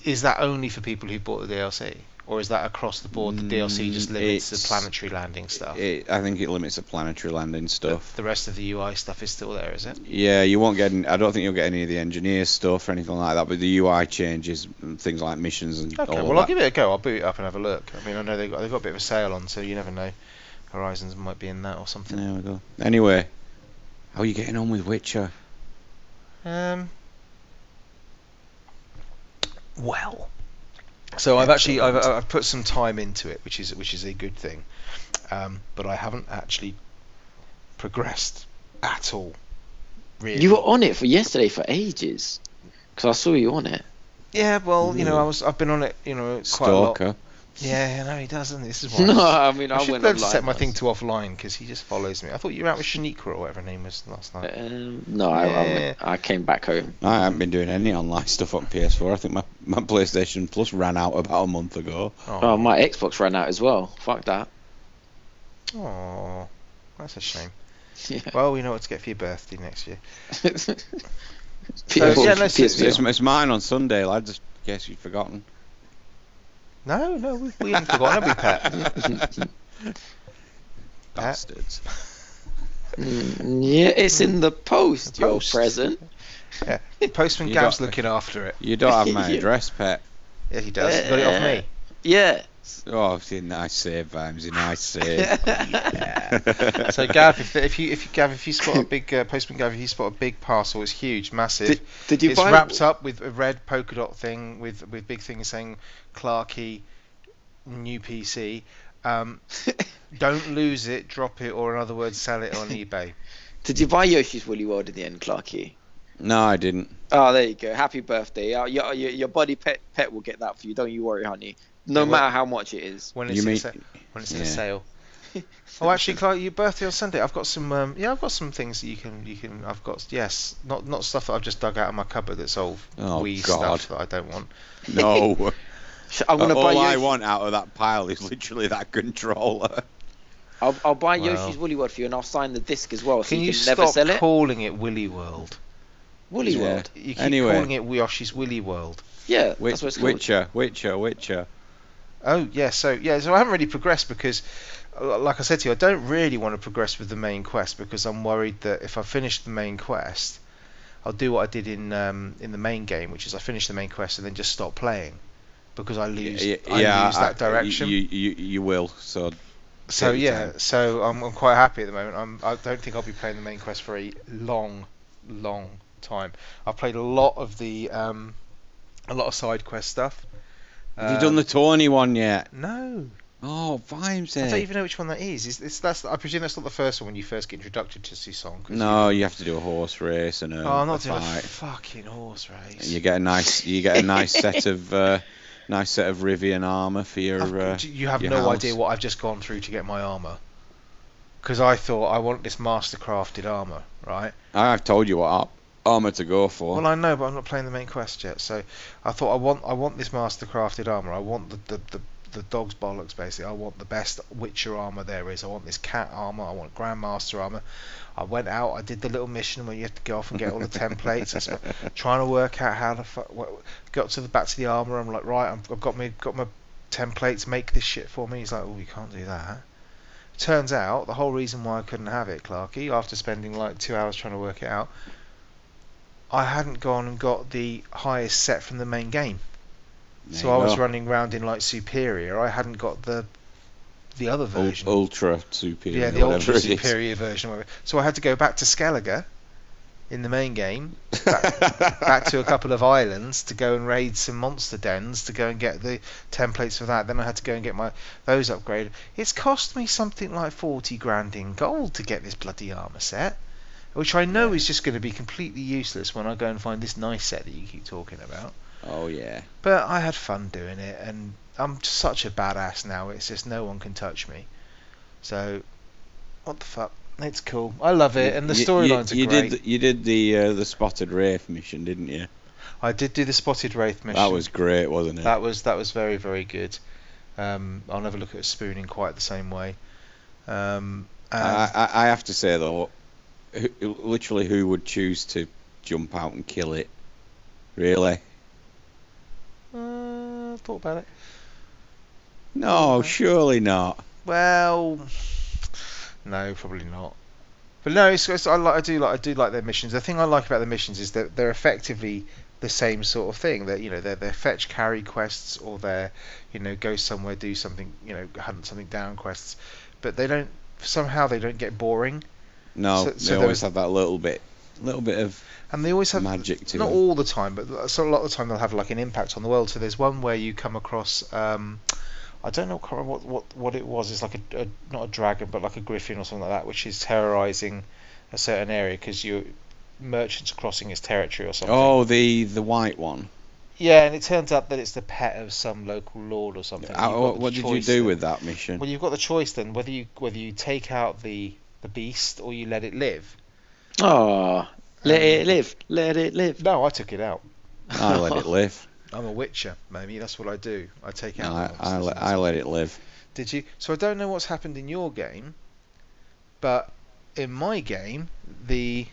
Speaker 2: is that only for people who bought the DLC, or is that across the board? The DLC just
Speaker 4: Mm,
Speaker 2: limits the
Speaker 4: it's-
Speaker 2: planetary landing stuff.
Speaker 4: It, I think it limits the planetary landing
Speaker 2: but
Speaker 4: stuff.
Speaker 2: the rest of the UI stuff is still there, is it?
Speaker 4: Yeah, you won't get. Any, I don't think you'll get any of the engineer stuff or anything like that. But the UI changes, and things like missions and
Speaker 2: Okay.
Speaker 4: all
Speaker 2: well, I'll
Speaker 4: of Oh, that.
Speaker 2: give it a go. I'll boot it up and have a look. I mean, I know they've got they've got a bit of a sale on, so you never know. Horizons might be in that or something.
Speaker 4: There we go. Anyway, How are you getting on with Witcher?
Speaker 2: Um. Well. So I've actually I've, I've I've put some time into it, which is which is a good thing, um, but I haven't actually progressed at all. Really.
Speaker 3: You were on it for yesterday for ages. Because I saw you on it.
Speaker 2: Yeah. Well, you
Speaker 3: Mm.
Speaker 2: know,
Speaker 4: Ooh.
Speaker 2: I was I've been on it. You know, quite a lot.
Speaker 4: Stalker.
Speaker 2: Yeah. No, he doesn't. This is why.
Speaker 3: No, I mean, I,
Speaker 2: I should
Speaker 3: went
Speaker 2: be able to
Speaker 3: online
Speaker 2: set my
Speaker 3: last-
Speaker 2: thing to offline because he just follows me. I thought you were out with Shaniqua or whatever her name was last night.
Speaker 3: Um, no, I, I, went- I came back home.
Speaker 4: I haven't been doing any online stuff on PS4. I think my, my PlayStation Plus ran out about a month ago.
Speaker 3: Oh, my Xbox ran out as well. Fuck that.
Speaker 2: Aw, that's a shame.
Speaker 3: Yeah.
Speaker 2: Well, we know what to get for your birthday next year.
Speaker 3: PS4,
Speaker 2: yeah, no, so-
Speaker 3: PS4.
Speaker 4: It's, it's mine on Sunday, lads. In case you'd forgotten.
Speaker 2: No, no, we, we haven't forgotten, have we, Pat?
Speaker 4: Bastards.
Speaker 3: Mm, yeah, it's in the post, your
Speaker 2: Post.
Speaker 3: present.
Speaker 2: Yeah. Postman
Speaker 4: You
Speaker 2: Gab's
Speaker 4: got-
Speaker 2: looking after it.
Speaker 4: You don't have my
Speaker 3: Yeah.
Speaker 4: address, pet.
Speaker 2: Yeah, he does. He got it off me.
Speaker 3: Yeah.
Speaker 4: Oh, I've seen nice save, Vimesy. Nice save.
Speaker 2: Yeah. so, Gav, if, if you if you Gav, if you spot a big uh, Postman Gav, if you spot a big parcel, it's huge, massive.
Speaker 3: Did, did you
Speaker 2: it's
Speaker 3: buy
Speaker 2: wrapped up with a red polka dot thing with with big things saying Clarky new PC. Um, don't lose it, drop it, or in other words, sell it on eBay.
Speaker 3: Did you buy Yoshi's Woolly World in the end, Clarky?
Speaker 4: no, I didn't.
Speaker 3: Oh, there you go. Happy birthday. Uh, your, your, your buddy pet pet will get that for you. Don't you worry, honey. No
Speaker 2: Yeah, well-
Speaker 3: matter how much it is.
Speaker 2: When
Speaker 4: You
Speaker 2: it's, in
Speaker 4: mean-
Speaker 2: sa- when it's for
Speaker 4: yeah.
Speaker 2: sale. Oh, actually, Clark, your birthday on Sunday. I've got some. Um, yeah, I've got some things that you can. You can. I've got. Yes, not not stuff that I've just dug out of my cupboard. That's old
Speaker 4: Oh,
Speaker 2: wee
Speaker 4: God.
Speaker 2: stuff that I don't want.
Speaker 4: No.
Speaker 3: Sh- I'm gonna
Speaker 4: all
Speaker 3: buy.
Speaker 4: I
Speaker 3: Yoshi-
Speaker 4: want out of that pile is literally that controller.
Speaker 3: I'll, I'll buy
Speaker 2: Wow.
Speaker 3: Yoshi's Woolly World for you, and I'll sign the disc as well, so
Speaker 2: Can
Speaker 3: you,
Speaker 2: you,
Speaker 3: can
Speaker 2: stop
Speaker 3: never sell it.
Speaker 2: calling it Willy World?
Speaker 3: Woolly
Speaker 4: Yeah.
Speaker 3: World.
Speaker 2: You keep
Speaker 4: Anyway.
Speaker 2: calling it Yoshi's Willy World.
Speaker 3: Yeah,
Speaker 4: Witch,
Speaker 3: that's what it's called.
Speaker 4: Witcher, Witcher, Witcher.
Speaker 2: Oh yeah, so yeah, so I haven't really progressed because, uh, like I said to you, I don't really want to progress with the main quest because I'm worried that if I finish the main quest, I'll do what I did in um, in the main game, which is I finish the main quest and then just stop playing because I lose I lose
Speaker 4: I-
Speaker 2: that direction.
Speaker 4: You, you, you will. So
Speaker 2: so
Speaker 4: take your
Speaker 2: yeah,
Speaker 4: time.
Speaker 2: so I'm, I'm quite happy at the moment. I'm I don't think I'll be playing the main quest for a long, long time. I've played a lot of the um, a lot of side quest stuff. Uh,
Speaker 4: have
Speaker 3: Uh,
Speaker 4: you done the Tawny one yet?
Speaker 2: No.
Speaker 4: Oh,
Speaker 2: I don't
Speaker 4: Vimesy.
Speaker 2: even know which one that is. Is this, that's I presume that's not the first one when you first get introducted to Susan.
Speaker 4: No, you have to do a horse race and a,
Speaker 2: oh, I'm
Speaker 4: a
Speaker 2: not doing a
Speaker 4: fight.
Speaker 2: fucking horse race.
Speaker 4: you get a nice, you get a nice set of, uh, nice set of Rivian armor for your.
Speaker 2: I've-
Speaker 4: Uh,
Speaker 2: do you have
Speaker 4: your
Speaker 2: no
Speaker 4: house.
Speaker 2: idea what I've just gone through to get my armor. Because I thought I want this mastercrafted armor, right?
Speaker 4: I've told you what ar- armor to go for.
Speaker 2: Well, I know, but I'm not playing the main quest yet. So I thought I want I want this mastercrafted armor. I want the the, the the dog's bollocks basically. I want the best Witcher armor there is. I want this cat armor. I want Grandmaster armor. I went out. I did the little mission where you have to go off and get all the templates. I sp- trying to work out how the fuck. Got to the back to the armor. I'm like, right, I've, I've got my got my templates. Make this shit for me. He's like, oh, you can't do that. Turns out the whole reason why I couldn't have it, Clarky, after spending like two hours trying to work it out, I hadn't gone and got the highest set from the main game.
Speaker 4: There
Speaker 2: so
Speaker 4: you
Speaker 2: I was
Speaker 4: go.
Speaker 2: running round in like superior. I hadn't got the the other
Speaker 4: Ul-
Speaker 2: version.
Speaker 4: ultra superior.
Speaker 2: Yeah, the
Speaker 4: whatever
Speaker 2: ultra
Speaker 4: it is.
Speaker 2: superior version. Whatever. So I had to go back to Skellige in the main game, back, back to a couple of islands to go and raid some monster dens to go and get the templates for that. Then I had to go and get my those upgraded. It's cost me something like forty grand in gold to get this bloody armor set. Which I know is just going to be completely useless when I go and find this nice set that you keep talking about.
Speaker 4: Oh yeah.
Speaker 2: But I had fun doing it, and I'm such a badass now. It's just no one can touch me. So, what the fuck? It's cool. I love it, and the
Speaker 4: You- you-
Speaker 2: storylines are
Speaker 4: you
Speaker 2: great.
Speaker 4: Did, the- you did the uh, the spotted wraith mission, didn't you?
Speaker 2: I did do the Spotted Wraith mission.
Speaker 4: That was great, wasn't it?
Speaker 2: that was that was very very good. Um, I'll never look at a spoon in quite the same way. Um, and
Speaker 4: I, I, I have to say though, who, literally, who would choose to jump out and kill it? Really?
Speaker 2: uh, thought about it. Uh-huh.
Speaker 4: No, surely not.
Speaker 2: Well, no, probably not. But no, it's, it's, I, like, I do like I do like their missions. The thing I like about the missions is that they're effectively the same sort of thing. That you know they're they're fetch carry quests or they're you know go somewhere do something you know hunt something down quests, but they don't somehow they don't get boring. So-
Speaker 4: No,
Speaker 2: so
Speaker 4: they
Speaker 2: there
Speaker 4: always
Speaker 2: was-
Speaker 4: have that little bit, little bit of
Speaker 2: And they always have
Speaker 4: magic to
Speaker 2: not
Speaker 4: them.
Speaker 2: all the time, but so a lot of the time they'll have like an impact on the world. So there's one where you come across, um, I don't know can't remember what what what it was. It's like a, a not a dragon, but like a griffin or something like that, which is terrorizing a certain area because you merchants are crossing its territory or something.
Speaker 4: Oh, the the white one.
Speaker 2: Yeah, and it turns out that it's the pet of some local lord or something.
Speaker 4: Uh,
Speaker 2: You've got
Speaker 4: what
Speaker 2: the
Speaker 4: what did you
Speaker 2: choice
Speaker 4: do
Speaker 2: then.
Speaker 4: with that mission?
Speaker 2: Well, you've got the choice then whether you whether you take out the the beast or you let it live.
Speaker 3: Oh, let it
Speaker 2: Um,
Speaker 3: live. Let it live.
Speaker 2: No, I took it out.
Speaker 4: I let it live.
Speaker 2: I'm a witcher, maybe. That's what I do. I take
Speaker 4: No,
Speaker 2: out.
Speaker 4: I,
Speaker 2: the
Speaker 4: I,
Speaker 2: monsters
Speaker 4: let,
Speaker 2: and
Speaker 4: I let it live.
Speaker 2: Did you? So I don't know what's happened in your game, but in my game, the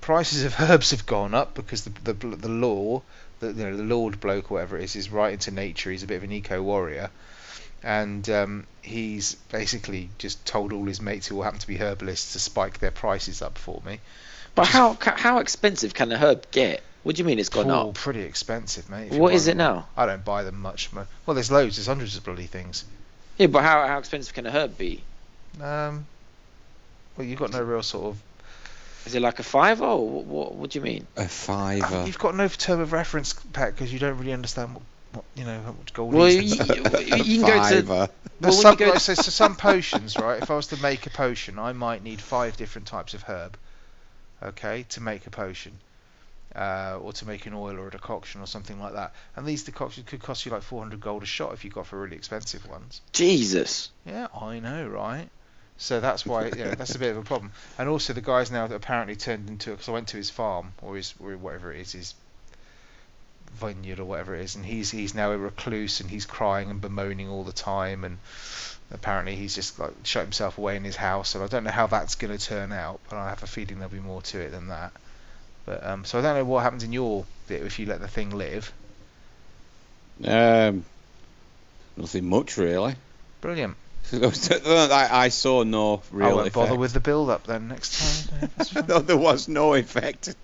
Speaker 2: prices of herbs have gone up because the the, the law, the you know the lord bloke or whatever it is, is right into nature. He's a bit of an eco warrior, and um, he's basically just told all his mates who all happen to be herbalists to spike their prices up for me.
Speaker 3: But how ca- how expensive can a herb get? What do you mean it's gone
Speaker 2: Ooh,
Speaker 3: up?
Speaker 2: pretty expensive, mate. if you
Speaker 3: What
Speaker 2: buy
Speaker 3: is it
Speaker 2: them.
Speaker 3: now?
Speaker 2: I don't buy them much. mo- Well, there's loads. There's hundreds of bloody things.
Speaker 3: Yeah, but how, how expensive can a herb be?
Speaker 2: Um, well, you've got no real sort of
Speaker 3: Is it like a fiver or what, what, what do you mean?
Speaker 4: A fiver.
Speaker 2: You've got no term of reference, Pat, because you don't really understand what, what you know what gold
Speaker 3: Well, you,
Speaker 2: is.
Speaker 3: you,
Speaker 4: A
Speaker 3: you can go to
Speaker 4: fiver.
Speaker 2: There's
Speaker 3: well,
Speaker 2: some,
Speaker 3: when you go-
Speaker 2: like, so, so some potions, right? If I was to make a potion, I might need five different types of herb, okay, to make a potion, uh, or to make an oil or a decoction or something like that. And these decoctions could cost you like 400 gold a shot if you got for really expensive ones.
Speaker 3: Jesus.
Speaker 2: Yeah, I know, right? So that's why you know, that's a bit of a problem. And also the guy's now apparently turned into because I went to his farm or his or whatever it is, his vineyard or whatever it is, and he's he's now a recluse and he's crying and bemoaning all the time and apparently he's just like shut himself away in his house and I don't know how that's going to turn out, but I have a feeling there'll be more to it than that. But um, so I don't know what happens in your bit if you let the thing live.
Speaker 4: Um, nothing much really.
Speaker 2: Brilliant.
Speaker 4: I, I saw no real.
Speaker 2: I won't bother
Speaker 4: effect.
Speaker 2: with the build up then next time. That's fine.
Speaker 4: no, there was no effect.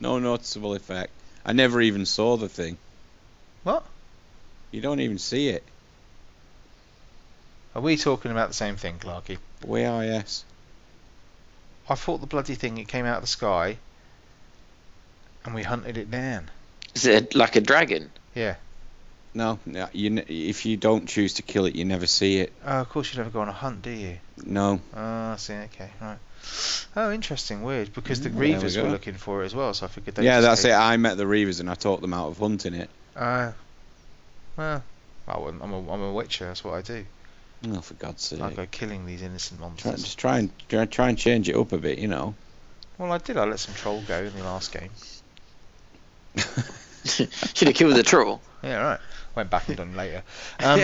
Speaker 4: No noticeable effect. I never even saw the thing.
Speaker 2: What?
Speaker 4: You don't even see it.
Speaker 2: Are we talking about the same thing, Clarky?
Speaker 4: We are, yes.
Speaker 2: I thought the bloody thing it came out of the sky, and we hunted it down.
Speaker 3: Is it like a dragon?
Speaker 4: No, no you, ne- if you don't choose to kill it, you never see it.
Speaker 2: Oh, of course you never go on a hunt, do you?
Speaker 4: No.
Speaker 2: Ah, I see. Okay, right. Oh, interesting. Weird, because the
Speaker 4: Mm, there we
Speaker 2: Reavers were
Speaker 4: go.
Speaker 2: looking for it as well, so I figured.
Speaker 4: yeah, that's it. I met the Reavers and I talked them out of hunting it.
Speaker 2: Uh, well, I wouldn't- I'm a, I'm a witcher. That's what I do.
Speaker 4: Oh, for God's sake.
Speaker 2: I go killing these innocent
Speaker 4: Try,
Speaker 2: monsters.
Speaker 4: just try and try, try and change it up a bit, you know.
Speaker 2: Well, I did. I let some troll go in the last game.
Speaker 3: Should have killed the troll.
Speaker 2: Yeah, right. Went back and done later. Um,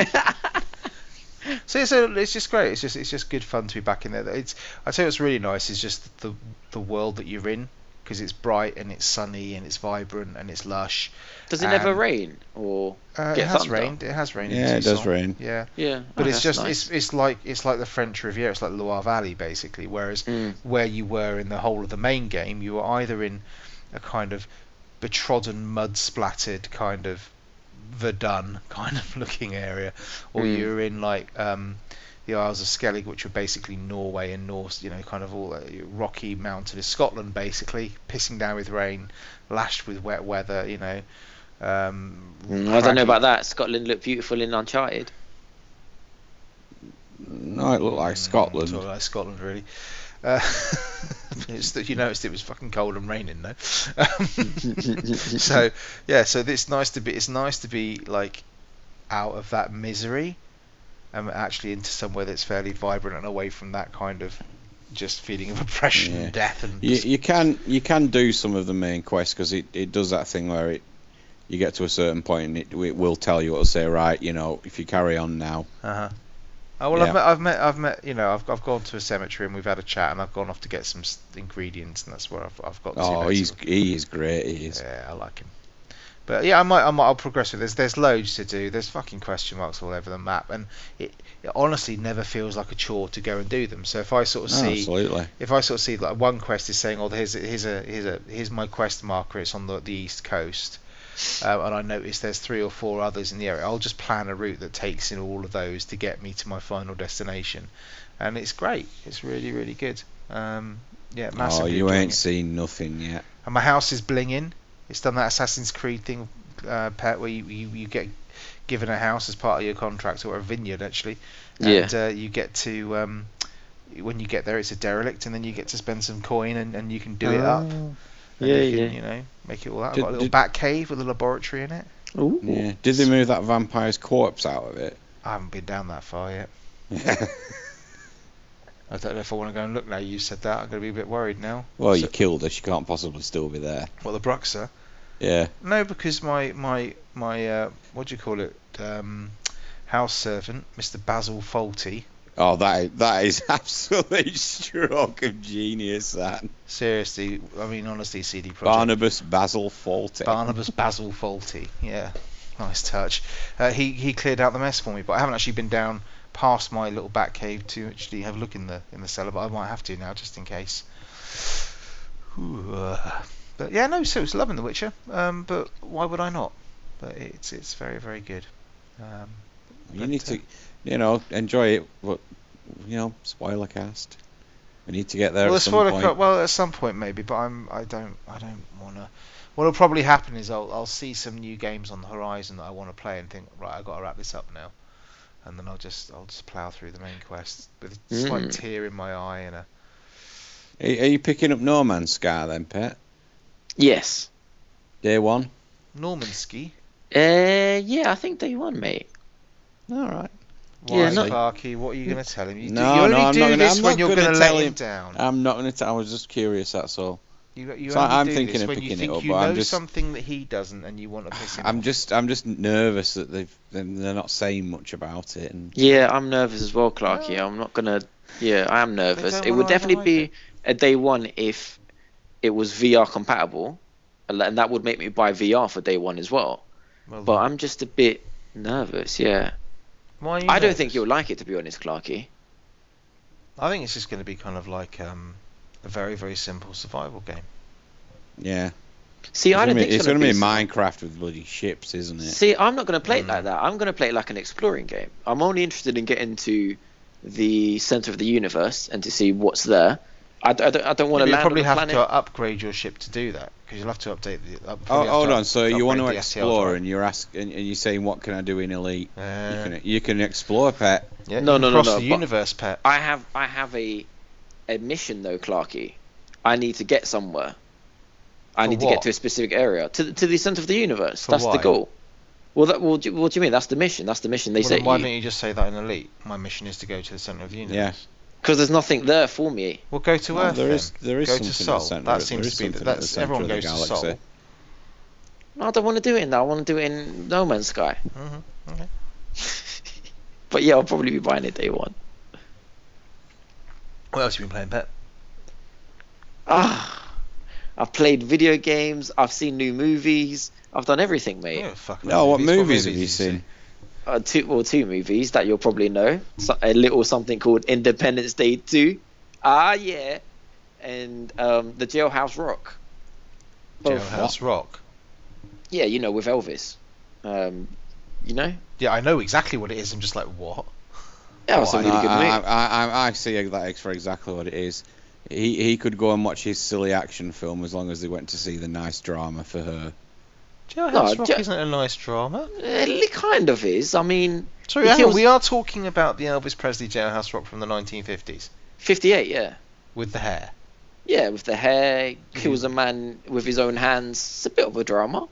Speaker 2: so it's, a, it's just great. It's just it's just good fun to be back in there. It's I tell you what's really nice is just the the world that you're in because it's bright and it's sunny and it's vibrant and it's lush.
Speaker 3: Does it never
Speaker 2: Um,
Speaker 3: rain? Or
Speaker 2: Uh, it
Speaker 3: Yeah,
Speaker 2: has
Speaker 3: thunder.
Speaker 2: rained. It has rained. in
Speaker 4: Yeah, it does
Speaker 2: Tucson.
Speaker 4: rain.
Speaker 2: Yeah,
Speaker 3: yeah,
Speaker 2: but
Speaker 3: oh,
Speaker 2: it's
Speaker 3: that's
Speaker 2: just
Speaker 3: nice.
Speaker 2: it's it's like it's like the French Riviera. It's like Loire Valley basically. Whereas
Speaker 3: Mm.
Speaker 2: where you were in the whole of the main game, you were either in a kind of betrodden, mud splattered kind of Verdun kind of looking area, or
Speaker 3: Mm.
Speaker 2: you were in like um, the Isles of Skellig, which are basically Norway and Norse, you know, kind of all uh, rocky, mountainous Scotland, basically pissing down with rain, lashed with wet weather, you know. Um,
Speaker 3: Mm, I don't know about that. Scotland looked beautiful in Uncharted.
Speaker 4: No, it looked like Scotland.
Speaker 2: Sort of like Scotland, really. Uh, it's that you noticed it was fucking cold and raining, though. Um, so yeah, so it's nice to be. It's nice to be like out of that misery, and actually into somewhere that's fairly vibrant and away from that kind of just feeling of oppression
Speaker 4: Yeah.
Speaker 2: and death and.
Speaker 4: You, you can you can do some of the main quests because it, it does that thing where it you get to a certain point and it, it will tell you it'll say right you know if you carry on now
Speaker 2: Uh-huh. Oh, well,
Speaker 4: Yeah.
Speaker 2: I've, met, I've met, I've met, you know, I've, I've gone to a cemetery and we've had a chat, and I've gone off to get some s- ingredients, and that's where I've, I've got. to
Speaker 4: oh
Speaker 2: basically.
Speaker 4: he's he is great he is
Speaker 2: Yeah, I like him. But yeah, I might, I might, I'll progress with this. There's loads to do. There's fucking question marks all over the map, and it, it honestly never feels like a chore to go and do them. So if I sort of
Speaker 4: Oh,
Speaker 2: see,
Speaker 4: absolutely
Speaker 2: if I sort of see like one quest is saying, "Oh, here's a, here's a here's a here's my quest marker. It's on the, the east coast," uh, and I notice there's three or four others in the area, I'll just plan a route that takes in all of those to get me to my final destination, and it's great. It's really really good. Um, Yeah,
Speaker 4: Oh,
Speaker 2: massively.
Speaker 4: you
Speaker 2: enjoying
Speaker 4: ain't
Speaker 2: it.
Speaker 4: seen nothing yet.
Speaker 2: And my house is blinging. It's done that Assassin's Creed thing, uh, pet, where you, you, you get given a house as part of your contract or a vineyard actually, and uh, you get to um, when you get there it's a derelict, and then you get to spend some coin and, and you can do it up. and
Speaker 3: Yeah,
Speaker 2: you can,
Speaker 3: Oh. yeah.
Speaker 2: You know, make it all that. I've
Speaker 4: Did-
Speaker 2: got a little
Speaker 4: did-
Speaker 2: bat cave with a laboratory in it.
Speaker 3: Ooh.
Speaker 4: Yeah. Did they move that vampire's corpse out of it?
Speaker 2: I haven't been down that far yet. I don't know if I want to go and look now. You said that. I'm going to be a bit worried now.
Speaker 4: well,
Speaker 2: So-
Speaker 4: you killed her. She can't possibly still be there.
Speaker 2: What the Bruxer?
Speaker 4: Yeah.
Speaker 2: No, because my my my uh, what do you call it? Um, house servant, Mr. Basil Fawlty.
Speaker 4: Oh, that is, that is absolute stroke of genius. That
Speaker 2: Seriously, I mean honestly, CD Projekt.
Speaker 4: Barnabas Basil Fawlty.
Speaker 2: Barnabas Basil Fawlty. Yeah, nice touch. Uh, he he cleared out the mess for me, but I haven't actually been down past my little back cave to actually have a look in the in the cellar. But I might have to now, just in case. Ooh, uh, but yeah, no. So it's loving The Witcher. Um, but why would I not? But it's it's very very good. Um,
Speaker 4: you need
Speaker 2: uh,
Speaker 4: to, you know, enjoy it. But you know, spoiler cast. We need to get there
Speaker 2: well,
Speaker 4: at
Speaker 2: it's
Speaker 4: some
Speaker 2: for the
Speaker 4: point.
Speaker 2: co- well, at some point maybe, but I'm I don't I don't wanna. What'll probably happen is I'll I'll see some new games on the horizon that I want to play and think right I got to wrap this up now, and then I'll just I'll just plow through the main quest with a slight
Speaker 3: Mm.
Speaker 2: tear in my eye and a
Speaker 4: Are, are you picking up No Man's Sky then, Pet?
Speaker 3: Yes.
Speaker 4: Day one.
Speaker 2: Normanski.
Speaker 3: Uh, yeah, I think they won, mate.
Speaker 4: All right.
Speaker 2: Why,
Speaker 3: Yeah, no-
Speaker 2: Clarky? What are you going to tell him? You, do-
Speaker 4: No,
Speaker 2: you only
Speaker 4: no, I'm
Speaker 2: do
Speaker 4: not gonna-
Speaker 2: this
Speaker 4: I'm
Speaker 2: when
Speaker 4: not
Speaker 2: you're
Speaker 4: gonna
Speaker 2: going to
Speaker 4: tell
Speaker 2: let him
Speaker 4: him.
Speaker 2: down.
Speaker 4: I'm not going to. I was just curious. That's all.
Speaker 2: you you
Speaker 4: so
Speaker 2: only
Speaker 4: I'm
Speaker 2: do
Speaker 4: thinking
Speaker 2: this
Speaker 4: of
Speaker 2: when you
Speaker 4: picking it
Speaker 2: think
Speaker 4: up,
Speaker 2: you
Speaker 4: but I'm
Speaker 2: know
Speaker 4: just-
Speaker 2: something that he doesn't and you want to piss him
Speaker 4: I'm
Speaker 2: off.
Speaker 4: just. I'm just nervous that they've. They're not saying much about it. And
Speaker 3: Yeah, I'm nervous as well, Clarky. I'm not gonna. Yeah, I am nervous.
Speaker 2: don't
Speaker 3: It
Speaker 2: wanna
Speaker 3: would definitely
Speaker 2: overhype
Speaker 3: be
Speaker 2: it.
Speaker 3: a day one if it was VR compatible, and and that would make me buy VR for day one as well.
Speaker 2: Well,
Speaker 3: But I'm just a bit nervous. Yeah,
Speaker 2: why are you
Speaker 3: I don't
Speaker 2: nervous?
Speaker 3: think you'll like it to be honest, Clarky.
Speaker 2: I think it's just going to be kind of like um, a very very simple survival game.
Speaker 4: yeah.
Speaker 3: See, I
Speaker 4: it's
Speaker 3: don't
Speaker 4: gonna
Speaker 3: think
Speaker 4: be, it's going
Speaker 3: gonna
Speaker 4: to be
Speaker 3: be
Speaker 4: Minecraft with bloody ships, isn't it? Mm.
Speaker 3: See, I'm not going to play it like that. I'm going to play it like an exploring game. I'm only interested in getting to the center of the universe and to see what's there. I, d- I don't, I don't want
Speaker 2: Yeah, but
Speaker 3: to land
Speaker 2: you'll probably
Speaker 3: on the
Speaker 2: have
Speaker 3: planet.
Speaker 2: to upgrade your ship to do that because you'll have to update the. Up,
Speaker 4: Oh,
Speaker 2: probably have
Speaker 4: hold
Speaker 2: to
Speaker 4: on. So you want to
Speaker 2: upgrade the STL
Speaker 4: explore,
Speaker 2: drive.
Speaker 4: and you're asking, and and you're saying, "What can I do in Elite?"
Speaker 2: Yeah.
Speaker 4: you can, you can explore, pet.
Speaker 2: Yeah,
Speaker 3: No,
Speaker 2: you
Speaker 3: no, no,
Speaker 2: cross
Speaker 3: no,
Speaker 2: the
Speaker 3: but-
Speaker 2: universe, pet.
Speaker 3: I have, I have a, a mission though, Clarky. I need to get somewhere. I
Speaker 2: For
Speaker 3: need to
Speaker 2: what?
Speaker 3: get to a specific area to the, to the center of the universe.
Speaker 2: For
Speaker 3: That's
Speaker 2: why?
Speaker 3: the goal. Well, that, well, do, what do you mean? That's the mission. That's the mission. They
Speaker 2: Well,
Speaker 3: say
Speaker 2: then why
Speaker 3: because
Speaker 2: don't you just say that in Elite? My mission is to go to the center of the universe.
Speaker 4: Yeah.
Speaker 3: there's nothing there for me.
Speaker 2: Well, go to
Speaker 4: No,
Speaker 2: Earth.
Speaker 4: there
Speaker 2: then.
Speaker 4: is- there is
Speaker 2: go
Speaker 4: something
Speaker 2: to
Speaker 4: at the
Speaker 2: Sol.
Speaker 4: centre
Speaker 2: that
Speaker 4: of-
Speaker 2: seems
Speaker 4: there is
Speaker 2: to be
Speaker 4: something at the
Speaker 2: that's
Speaker 4: centre
Speaker 2: everyone
Speaker 4: of the
Speaker 2: goes to Sol.
Speaker 4: galaxy.
Speaker 3: No, I don't want to do it in that. I want to do it in No Man's Sky.
Speaker 2: Mhm, okay.
Speaker 3: But yeah, I'll probably be buying it day one.
Speaker 2: What else have you been playing, pet?
Speaker 3: Ah, I've played video games. I've seen new movies. I've done everything, mate.
Speaker 2: Oh, fuck
Speaker 4: No, what movies, have
Speaker 2: did
Speaker 4: you seen?
Speaker 3: Uh, two well, two movies that you'll probably know. So, a little something called Independence Day Two. Ah, yeah, and um, the Jailhouse Rock. Both-
Speaker 2: Jailhouse Rock.
Speaker 3: Yeah, you know with Elvis. Um, you know.
Speaker 2: Yeah, I know exactly what it is. I'm just like, what?
Speaker 3: Yeah, that's
Speaker 4: Oh,
Speaker 3: a really
Speaker 4: I,
Speaker 3: good
Speaker 4: I,
Speaker 3: movie.
Speaker 4: I, I, I see that for exactly what it is. He he could go and watch his silly action film as long as they went to see the nice drama for her.
Speaker 2: Jailhouse
Speaker 3: No,
Speaker 2: Rock
Speaker 3: Ja-
Speaker 2: isn't a nice drama.
Speaker 3: It kind of is. I mean,
Speaker 2: Sorry,
Speaker 3: It
Speaker 2: hang on,
Speaker 3: was-
Speaker 2: we are talking about the Elvis Presley Jailhouse Rock from the 1950s
Speaker 3: 58. Yeah.
Speaker 2: with the hair.
Speaker 3: Yeah, with the hair, kills
Speaker 2: Mm-hmm.
Speaker 3: a man with his own hands. It's a bit of a drama.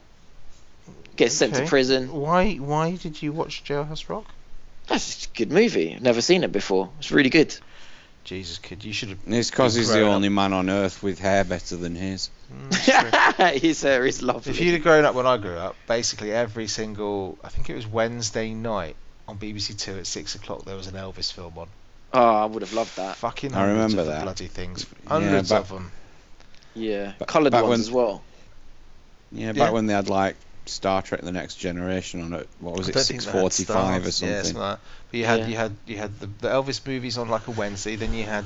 Speaker 3: Gets sent to
Speaker 2: Okay.
Speaker 3: prison.
Speaker 2: Why? Why did you watch Jailhouse Rock?
Speaker 3: That's a good movie. I've never seen it before. It's really good.
Speaker 2: Jesus, kid, you should have.
Speaker 4: And it's 'cause he's the
Speaker 2: Grown up. Mm,
Speaker 4: only man on earth with hair better than his.
Speaker 3: his hair is lovely.
Speaker 2: If you'd have grown up when I grew up, basically every single, I think it was Wednesday night on BBC Two at six o'clock, there was an Elvis film on.
Speaker 3: Oh, I would have loved that.
Speaker 2: Fucking
Speaker 4: I
Speaker 2: hundreds
Speaker 4: remember
Speaker 2: of the
Speaker 4: that.
Speaker 2: bloody things,
Speaker 4: Yeah,
Speaker 2: hundreds
Speaker 4: back-
Speaker 2: of them.
Speaker 3: Yeah,
Speaker 4: Ba-
Speaker 3: coloured
Speaker 4: back
Speaker 3: ones
Speaker 4: when-
Speaker 3: as well.
Speaker 4: Yeah, back
Speaker 2: Yeah.
Speaker 4: when they had like Star Trek: The Next Generation on it. What was
Speaker 2: I
Speaker 4: it,
Speaker 2: don't think
Speaker 4: six
Speaker 2: they had
Speaker 4: forty-five or
Speaker 2: stars. Yeah,
Speaker 4: something?
Speaker 2: something like that. But you had
Speaker 3: Yeah.
Speaker 2: you had you had the, the Elvis movies on like a Wednesday. Then you had,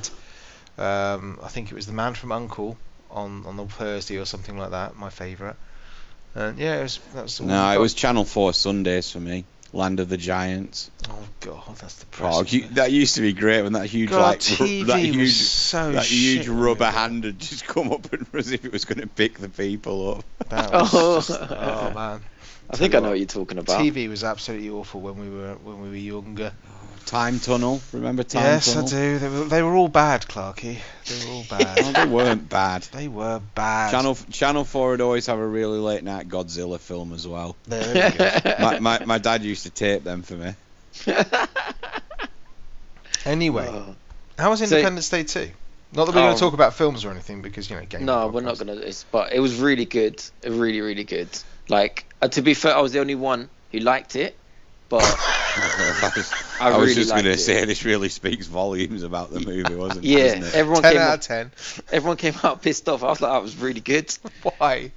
Speaker 2: um, I think it was The Man from Uncle on on the Thursday or something like that. My favourite. And yeah, it was, that was all
Speaker 4: no,
Speaker 2: we
Speaker 4: it
Speaker 2: got.
Speaker 4: was Channel Four Sundays for me. Land of the Giants.
Speaker 2: Oh God, that's depressing.
Speaker 4: Oh, you- that used to be great when that huge
Speaker 2: God,
Speaker 4: like ru-
Speaker 2: TV
Speaker 4: that
Speaker 2: was
Speaker 4: huge
Speaker 2: so
Speaker 4: that huge
Speaker 2: shit,
Speaker 4: rubber
Speaker 2: wasn't
Speaker 4: hand had just come up and as if it was going to pick the people up.
Speaker 2: it? That was
Speaker 3: Oh.
Speaker 2: just- oh man,
Speaker 3: I think I know what you're talking about.
Speaker 2: TV was absolutely awful when we were when we were younger.
Speaker 4: Time tunnel, remember time
Speaker 2: yes,
Speaker 4: tunnel?
Speaker 2: I do. They were, they were all bad, Clarky. They were all
Speaker 4: Oh,
Speaker 2: bad.
Speaker 4: they weren't bad.
Speaker 2: they were bad.
Speaker 4: Channel Channel Four would always have a really late night Godzilla film as well.
Speaker 2: There we go.
Speaker 4: My, my, my dad used to tape them for me.
Speaker 2: Anyway,
Speaker 3: Oh.
Speaker 2: how was
Speaker 3: so-
Speaker 2: Independence Day too? Not that we're going
Speaker 3: Oh.
Speaker 2: to talk about films or anything because you know. Game
Speaker 3: no, we're not gonna. It's, but it was really good, really, really good. Like uh, to be fair, I was the only one who liked it, but
Speaker 4: I was,
Speaker 3: I
Speaker 4: was
Speaker 3: really
Speaker 4: just going to
Speaker 3: liked it.
Speaker 4: say this really speaks volumes about the movie, wasn't
Speaker 3: yeah,
Speaker 4: it? Doesn't it?
Speaker 3: everyone
Speaker 2: Ten
Speaker 3: came
Speaker 2: out of
Speaker 3: out,
Speaker 2: ten.
Speaker 3: everyone came out pissed off. I was like, that was really good.
Speaker 2: Why?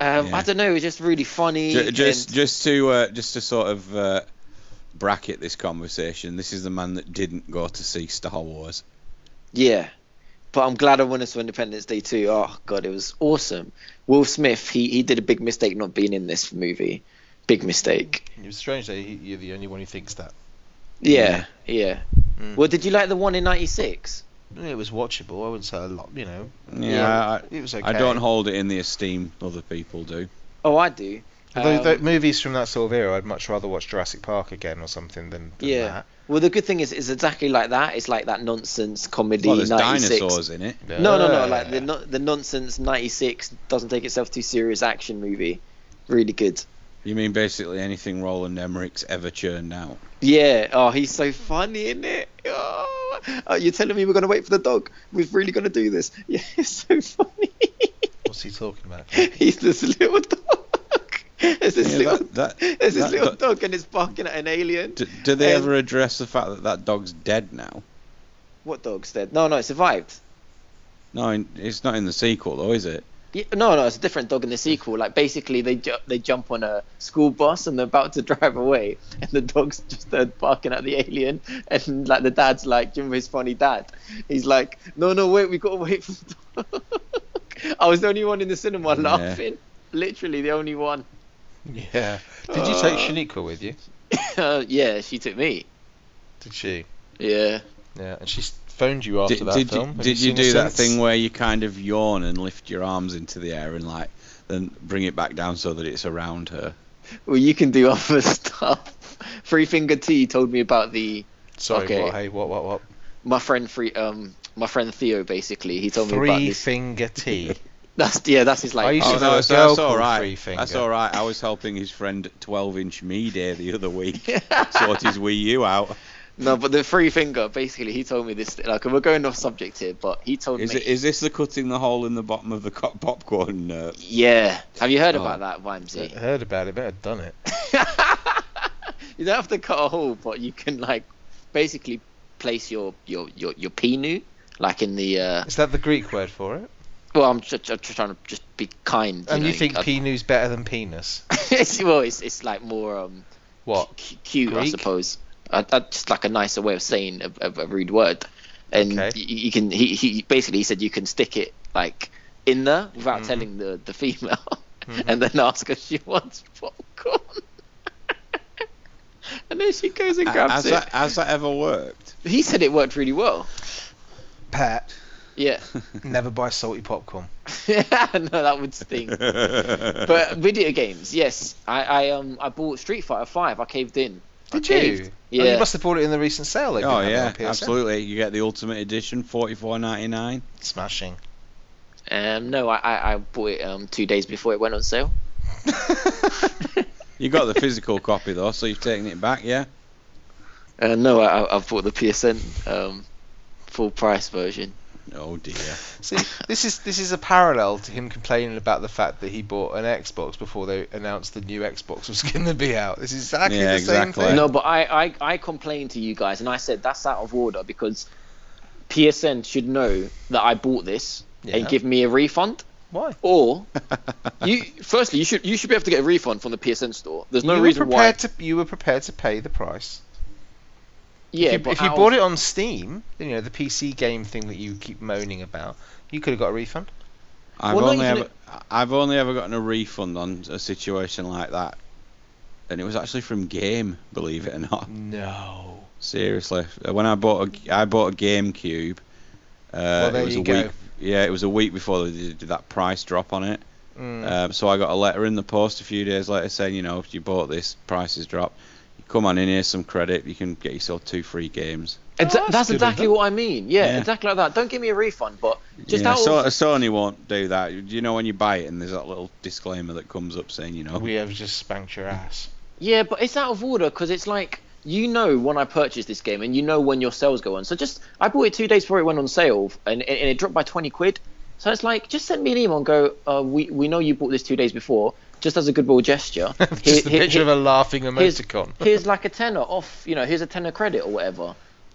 Speaker 3: Um,
Speaker 4: Yeah.
Speaker 3: I don't know, it was just really funny.
Speaker 4: Ju- just
Speaker 3: and-
Speaker 4: just to uh, just to sort of uh, bracket this conversation, this is the man that didn't go to see Star Wars.
Speaker 3: yeah, but I'm glad I won us for Independence Day too. Oh god, it was awesome. Will Smith, he he did a big mistake not being in this movie. Big mistake.
Speaker 2: It was strange that you- you're the only one who thinks that.
Speaker 3: Yeah, yeah.
Speaker 2: Mm.
Speaker 3: Well, did you like the one in '96?
Speaker 2: It was watchable. I wouldn't say a lot. You know,
Speaker 4: Yeah,
Speaker 3: Yeah.
Speaker 4: I,
Speaker 2: it was okay.
Speaker 4: I don't hold it in the esteem other people do.
Speaker 3: Oh, I do.
Speaker 4: Uh,
Speaker 2: Although
Speaker 3: Um,
Speaker 2: tho- movies from that sort of era, I'd much rather watch Jurassic Park again or something than, than
Speaker 3: Yeah.
Speaker 2: that.
Speaker 3: Well, the good thing is, it's exactly like that. It's like that nonsense comedy.
Speaker 4: Well, there's
Speaker 3: 96.
Speaker 4: dinosaurs in it.
Speaker 3: No, no, no. Like
Speaker 2: Yeah.
Speaker 3: the no, the nonsense '96 doesn't take itself too serious action movie. Really good.
Speaker 4: You mean basically anything Roland Emmerich's ever churned out?
Speaker 3: Yeah. Oh, he's so funny in it. Oh, oh, you're telling me we're gonna wait for the dog? We're really gonna do this? Yeah, it's so funny.
Speaker 2: What's he talking about?
Speaker 3: he's this little dog. There's this
Speaker 4: Yeah,
Speaker 3: little,
Speaker 4: that- that-
Speaker 3: there's this
Speaker 4: that
Speaker 3: little
Speaker 4: dog-
Speaker 3: dog, and it's barking at an alien.
Speaker 4: Do, do they
Speaker 3: Um,
Speaker 4: ever address the fact that that dog's dead now?
Speaker 3: What dog's dead? No, no, it survived.
Speaker 4: No, in- it's not in the sequel though, is it?
Speaker 3: Yeah, no, no, it's a different dog in the sequel. Like basically, they ju- they jump on a school bus and they're about to drive away, and the dog's just uh, barking at the alien, and like the dad's like, Jim his funny dad. He's like, no, no, wait, we gotta wait for the dog. I was the only one in the cinema
Speaker 4: Yeah.
Speaker 3: laughing. Literally the only one.
Speaker 2: yeah. Did you take Shaniqua with you?
Speaker 3: Uh, yeah, she took me.
Speaker 2: Did she?
Speaker 3: Yeah.
Speaker 2: Yeah, and she s- phoned you after
Speaker 4: did,
Speaker 2: that
Speaker 4: did
Speaker 2: film.
Speaker 4: you,
Speaker 2: Have
Speaker 4: did you
Speaker 2: seen her
Speaker 4: do that
Speaker 2: since?
Speaker 4: thing where you kind of yawn and lift your arms into the air and like then bring it back down so that it's around her?
Speaker 3: Well, you can do other stuff. Three Finger T told me about the
Speaker 2: Sorry,
Speaker 3: Okay.
Speaker 2: what? Hey, what? What? What?
Speaker 3: my friend free um my friend Theo basically. He told me about
Speaker 2: Three
Speaker 3: this.
Speaker 2: finger tea.
Speaker 3: That's yeah, that's his like. uh,
Speaker 2: I used to
Speaker 4: Oh,
Speaker 2: have
Speaker 4: no,
Speaker 2: a
Speaker 4: that's,
Speaker 2: girl
Speaker 4: that's all
Speaker 2: called
Speaker 4: right.
Speaker 2: Three Finger.
Speaker 4: That's all right. I was helping his friend 12 Inch Me Day the other week sort his Wii U out.
Speaker 3: No, but the free finger. Basically, he told me this. Like, we're going off subject here, but he told
Speaker 4: Is
Speaker 3: me.
Speaker 4: it? Is this the cutting the hole in the bottom of the co- popcorn? Uh,
Speaker 3: yeah. Have you heard
Speaker 4: Oh.
Speaker 3: about that, Vimesy?
Speaker 2: I heard about it, but I'd done it.
Speaker 3: You don't have to cut a hole, but you can like basically place your your your your peenu like in the. uh
Speaker 2: Is that the Greek word for it?
Speaker 3: Well, I'm just, I'm just trying to just be kind.
Speaker 2: And
Speaker 3: know,
Speaker 2: you think
Speaker 3: I-
Speaker 2: penu's better than penis?
Speaker 3: it's, well, it's it's like more um
Speaker 2: What?
Speaker 3: c- cute, I
Speaker 2: Greek?
Speaker 3: suppose. Uh, that's just like a nicer way of saying a, a, a rude word. And
Speaker 2: Okay.
Speaker 3: you, you can he, he basically he said you can stick it like in there without
Speaker 2: Mhm.
Speaker 3: telling the the female, and then ask her if she wants popcorn. and then she goes and grabs
Speaker 4: has,
Speaker 3: it.
Speaker 4: that, has that ever worked?
Speaker 3: He said it worked really well.
Speaker 2: Pat,
Speaker 3: Yeah,
Speaker 2: never buy salty popcorn.
Speaker 3: no, that would sting. But video games, yes. I, I um I bought Street Fighter Five. I caved in. I
Speaker 2: Did you?
Speaker 3: caved.
Speaker 2: Oh,
Speaker 3: Yeah.
Speaker 2: you must have bought it in the recent sale. They've
Speaker 4: oh
Speaker 2: been having on
Speaker 4: yeah,
Speaker 2: PSN.
Speaker 4: absolutely. You get the Ultimate Edition, 44.99.
Speaker 2: Smashing.
Speaker 3: Um, no, I, I, I bought it um, two days before it went on sale.
Speaker 4: You got the physical copy though, so you've taken it back, yeah.
Speaker 3: Uh, no, I, I- I've bought the PSN um, full price version.
Speaker 4: Oh dear.
Speaker 2: See, this is this is a parallel to him complaining about the fact that he bought an Xbox before they announced the new Xbox was going to be out. This is exactly
Speaker 4: Yeah,
Speaker 2: the
Speaker 4: exactly.
Speaker 2: same thing.
Speaker 3: No, but I, I, I complained to you guys and I said that's out of order because PSN should know that I bought this
Speaker 2: Yeah.
Speaker 3: and give me a refund.
Speaker 2: Why?
Speaker 3: Or you, firstly, you should you should be able to get a refund from the PSN store. There's no
Speaker 2: you
Speaker 3: reason
Speaker 2: were
Speaker 3: why.
Speaker 2: prepared to you were prepared to pay the price.
Speaker 3: yeah,
Speaker 2: if you,
Speaker 3: but
Speaker 2: if you
Speaker 3: out
Speaker 2: bought
Speaker 3: of-
Speaker 2: it on Steam, you know the PC game thing that you keep moaning about, you could have got a refund.
Speaker 4: I've
Speaker 3: Well, not
Speaker 4: only
Speaker 3: even
Speaker 4: ever, I've only ever gotten a refund on a situation like that and it was actually from Game, believe it or not.
Speaker 2: No.
Speaker 4: Seriously, Uh, when I bought a, I bought a GameCube. Uh,
Speaker 2: Well, there
Speaker 4: it was
Speaker 2: you
Speaker 4: a
Speaker 2: go.
Speaker 4: week. Yeah, it was a week before they did that price drop on it.
Speaker 2: Mm.
Speaker 4: Um, so I got a letter in the post a few days later saying, you know, if you bought this, prices drop. Come on in, here's some credit. You can get yourself two free games.
Speaker 3: Exa-
Speaker 2: that's
Speaker 3: that's,
Speaker 2: good of
Speaker 3: exactly
Speaker 2: them.
Speaker 3: what I mean. Yeah,
Speaker 4: Yeah.
Speaker 3: exactly like that. Don't give me a refund, but just
Speaker 4: yeah,
Speaker 3: out
Speaker 4: so,
Speaker 3: of
Speaker 4: Sony won't do that. You know, when you buy it, and there's that little disclaimer that comes up saying,
Speaker 3: Oh.
Speaker 4: you know,
Speaker 2: We have just spanked your ass.
Speaker 3: yeah, but it's out of order because it's like you know when I purchased this game and you know when your sales go on. So just I bought it two days before it went on sale and and it dropped by twenty quid. So it's like just send me an email and go. Uh, we we know you bought this two days before. Just as a goodwill gesture,
Speaker 2: just
Speaker 3: here-
Speaker 2: the
Speaker 3: here-
Speaker 2: picture of a laughing
Speaker 3: here's,
Speaker 2: emoticon.
Speaker 3: here's like a tenner off, you know, here's a tenner credit or whatever.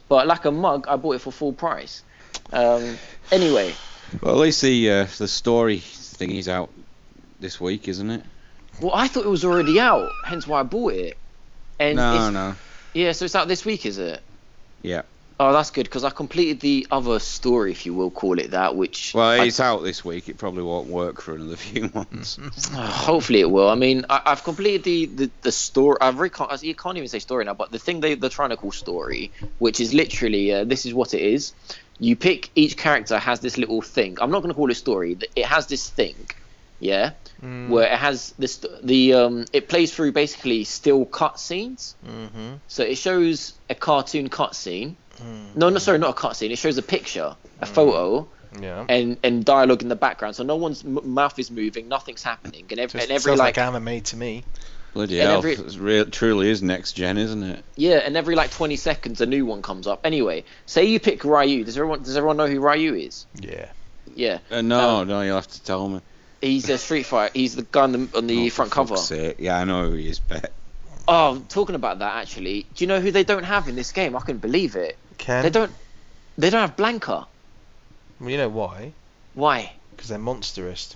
Speaker 3: But like a mug, I bought it for full price. Um, anyway,
Speaker 4: well, at least the uh, the story thingy's out this week, isn't it?
Speaker 3: well, I thought it was already out, hence why I bought it. And
Speaker 4: no,
Speaker 3: it's-
Speaker 4: no.
Speaker 3: yeah, so it's out this week, is it?
Speaker 4: Yeah.
Speaker 3: Oh, that's good because I completed the other story, if you will call it that, which
Speaker 4: Well,
Speaker 3: I-
Speaker 4: it's out this week. It probably won't work for another few months.
Speaker 3: Hopefully it will. I mean, I, I've completed the the, the story. I've recon- I can't even say story now, but the thing they they're trying to call story, which is literally uh, this is what it is. You pick each character has this little thing. I'm not going to call it story. th- It has this thing, yeah,
Speaker 2: Mm,
Speaker 4: Mm.
Speaker 3: where it has this the um it plays through basically still cutscenes.
Speaker 2: Mm-hmm.
Speaker 3: So it shows a cartoon cutscene.
Speaker 4: Hmm.
Speaker 3: No, no, sorry, not a cutscene. It shows a picture, a photo,
Speaker 2: Yeah.
Speaker 3: and and dialogue in the background. So no one's m- mouth is moving, nothing's happening, and, ev-
Speaker 2: Just
Speaker 3: and every
Speaker 2: sounds
Speaker 3: like,
Speaker 2: like, anime to me.
Speaker 4: Bloody
Speaker 3: And
Speaker 4: hell!
Speaker 3: every-
Speaker 4: It's real, truly is next gen, isn't it?
Speaker 3: yeah, and every like 20 seconds a new one comes up. Anyway, say you pick Ryu. Does everyone does everyone know who Ryu is?
Speaker 2: Yeah.
Speaker 3: Yeah,
Speaker 4: Uh, no,
Speaker 3: Um,
Speaker 4: no, you'll have to tell me.
Speaker 3: he's a Street Fighter. He's the guy on the, on the
Speaker 4: Oh, for
Speaker 3: front cover.
Speaker 4: fuck's sake. Yeah, I know who he is, bet.
Speaker 3: Oh, talking about that actually, do you know who they don't have in this game? I couldn't believe it.
Speaker 2: Can
Speaker 3: They don't. They don't have Blanca.
Speaker 2: Well, you know why?
Speaker 3: Why?
Speaker 2: Because they're monsterist.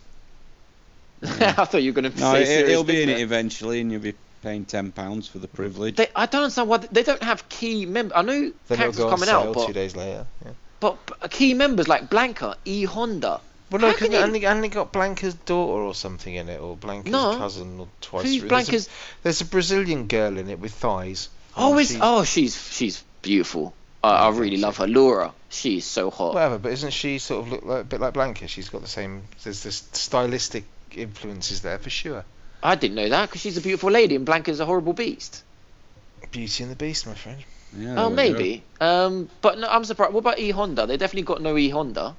Speaker 3: I thought you were going to
Speaker 4: No,
Speaker 3: say
Speaker 4: it,
Speaker 3: serious
Speaker 4: will be in
Speaker 3: business.
Speaker 4: it eventually, and you'll be paying ten pounds for the privilege.
Speaker 3: They, I don't understand why th- they don't have key members. I know
Speaker 2: Then it'll
Speaker 3: characters
Speaker 2: go on
Speaker 3: coming
Speaker 2: sale
Speaker 3: out,
Speaker 2: two
Speaker 3: but,
Speaker 2: days later. Yeah.
Speaker 3: but but key members like Blanca, E Honda.
Speaker 2: Well, no,
Speaker 3: How
Speaker 2: because
Speaker 3: can you-
Speaker 2: only, only got Blanca's daughter or something in it, or Blanca's
Speaker 3: No.
Speaker 2: cousin, or twice.
Speaker 3: Who's
Speaker 2: through.
Speaker 3: Blanca's?
Speaker 2: There's a, there's a Brazilian girl in it with thighs.
Speaker 3: Oh,
Speaker 2: And
Speaker 3: is
Speaker 2: she-
Speaker 3: oh she's she's beautiful. I I really love her, Laura. She's so hot.
Speaker 2: Whatever, but isn't she sort of look like, a bit like Blanca? She's got the same. There's this stylistic influences there for sure.
Speaker 3: I didn't know that because she's a beautiful lady and Blanca's a horrible beast.
Speaker 2: Beauty and the Beast, my friend.
Speaker 4: Yeah,
Speaker 3: Oh,
Speaker 4: there we go.
Speaker 3: maybe. Um, but no, I'm surprised. What about E Honda? They definitely got no E Honda.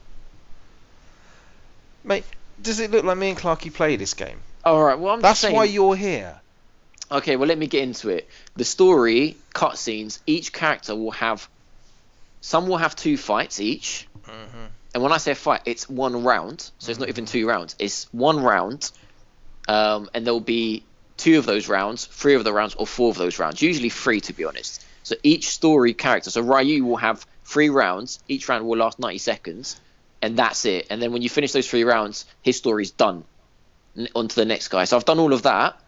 Speaker 2: Mate, does it look like me and Clarky play this game?
Speaker 3: All right. Well, I'm
Speaker 2: That's
Speaker 3: just saying.
Speaker 2: why you're here.
Speaker 3: Okay, well, let me get into it. The story, cutscenes, each character will have. Some will have two fights each.
Speaker 2: Mm-hmm.
Speaker 3: And when I say fight, it's one round. So it's not even two rounds. It's one round. Um, and there'll be two of those rounds, three of the rounds, or four of those rounds. Usually three, to be honest. So each story character. So Ryu will have three rounds. Each round will last 90 seconds. And that's it. And then when you finish those three rounds, his story's done. N- on to the next guy. So I've done all of that.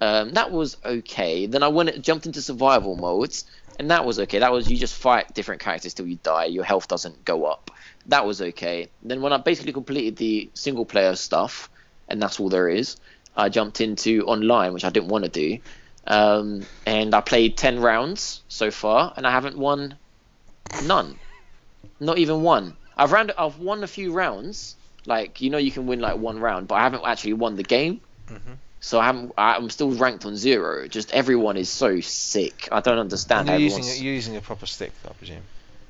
Speaker 3: Um, that was okay. Then I went jumped into survival modes, and that was okay. That was you just fight different characters till you die. Your health doesn't go up. That was okay. Then when I basically completed the single player stuff, and that's all there is, I jumped into online, which I didn't want to do. Um, and I played ten rounds so far, and I haven't won none, not even one. I've round I've won a few rounds. Like you know, you can win like one round, but I haven't actually won the game.
Speaker 2: Mm-hmm.
Speaker 3: So I'm I'm still ranked on zero. Just everyone is so sick. I don't understand.
Speaker 2: And
Speaker 3: how
Speaker 2: you're using,
Speaker 3: everyone's-
Speaker 2: you're using a proper stick, I presume.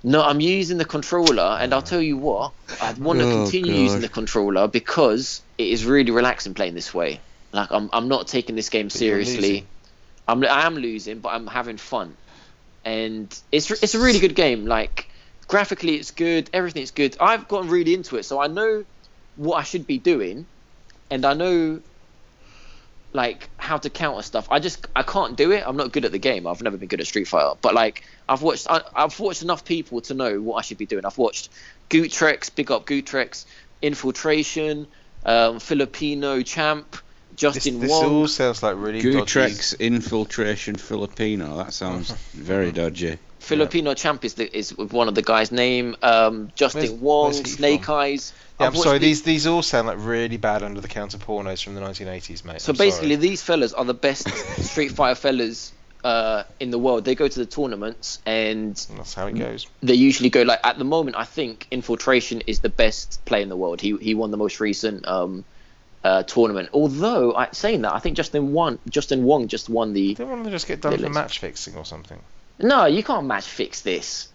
Speaker 3: no, I'm using the controller, and I'll tell you what, I want to
Speaker 4: Oh,
Speaker 3: continue
Speaker 4: God.
Speaker 3: using the controller because it is really relaxing playing this way. Like I'm I'm not taking this game
Speaker 2: you're
Speaker 3: seriously.
Speaker 2: losing.
Speaker 3: I'm I am losing, but I'm having fun, and it's it's a really good game. Like graphically, it's good. Everything's good. I've gotten really into it, so I know what I should be doing, and I know like how to counter stuff. I just I can't do it. I'm not good at the game. I've never been good at Street Fighter. But like I've watched I, I've watched enough people to know what I should be doing. I've watched Gutrex, big up Gutrex, Infiltration, um, Filipino Champ,
Speaker 2: This,
Speaker 3: Justin
Speaker 2: this
Speaker 3: Wong.
Speaker 2: all sounds like really dodgy.
Speaker 4: Gutrex infiltration Filipino. That sounds very dodgy.
Speaker 3: Filipino Champ is the, is one of the guys' name. Um, Justin
Speaker 2: Where's-
Speaker 3: Wong,
Speaker 2: where's he
Speaker 3: Snake
Speaker 2: from?
Speaker 3: Eyes.
Speaker 2: Yeah, I'm
Speaker 3: I've watched
Speaker 2: sorry.
Speaker 3: the-
Speaker 2: These these all sound like really bad under the counter pornos from the 1980s, mate.
Speaker 3: So
Speaker 2: I'm sorry.
Speaker 3: basically, these fellas are the best Street Fighter fellas uh, in the world. They go to the tournaments and
Speaker 2: that's how it goes.
Speaker 3: they usually go like at the moment. I think Infiltration is the best play in the world. He he won the most recent um, uh, tournament. Although I, saying that, I think Justin won. Justin Wong just won the.
Speaker 2: Don't want to just get done
Speaker 3: Yeah,
Speaker 2: for
Speaker 3: let's-
Speaker 2: match fixing or something.
Speaker 3: No, you can't match fix this.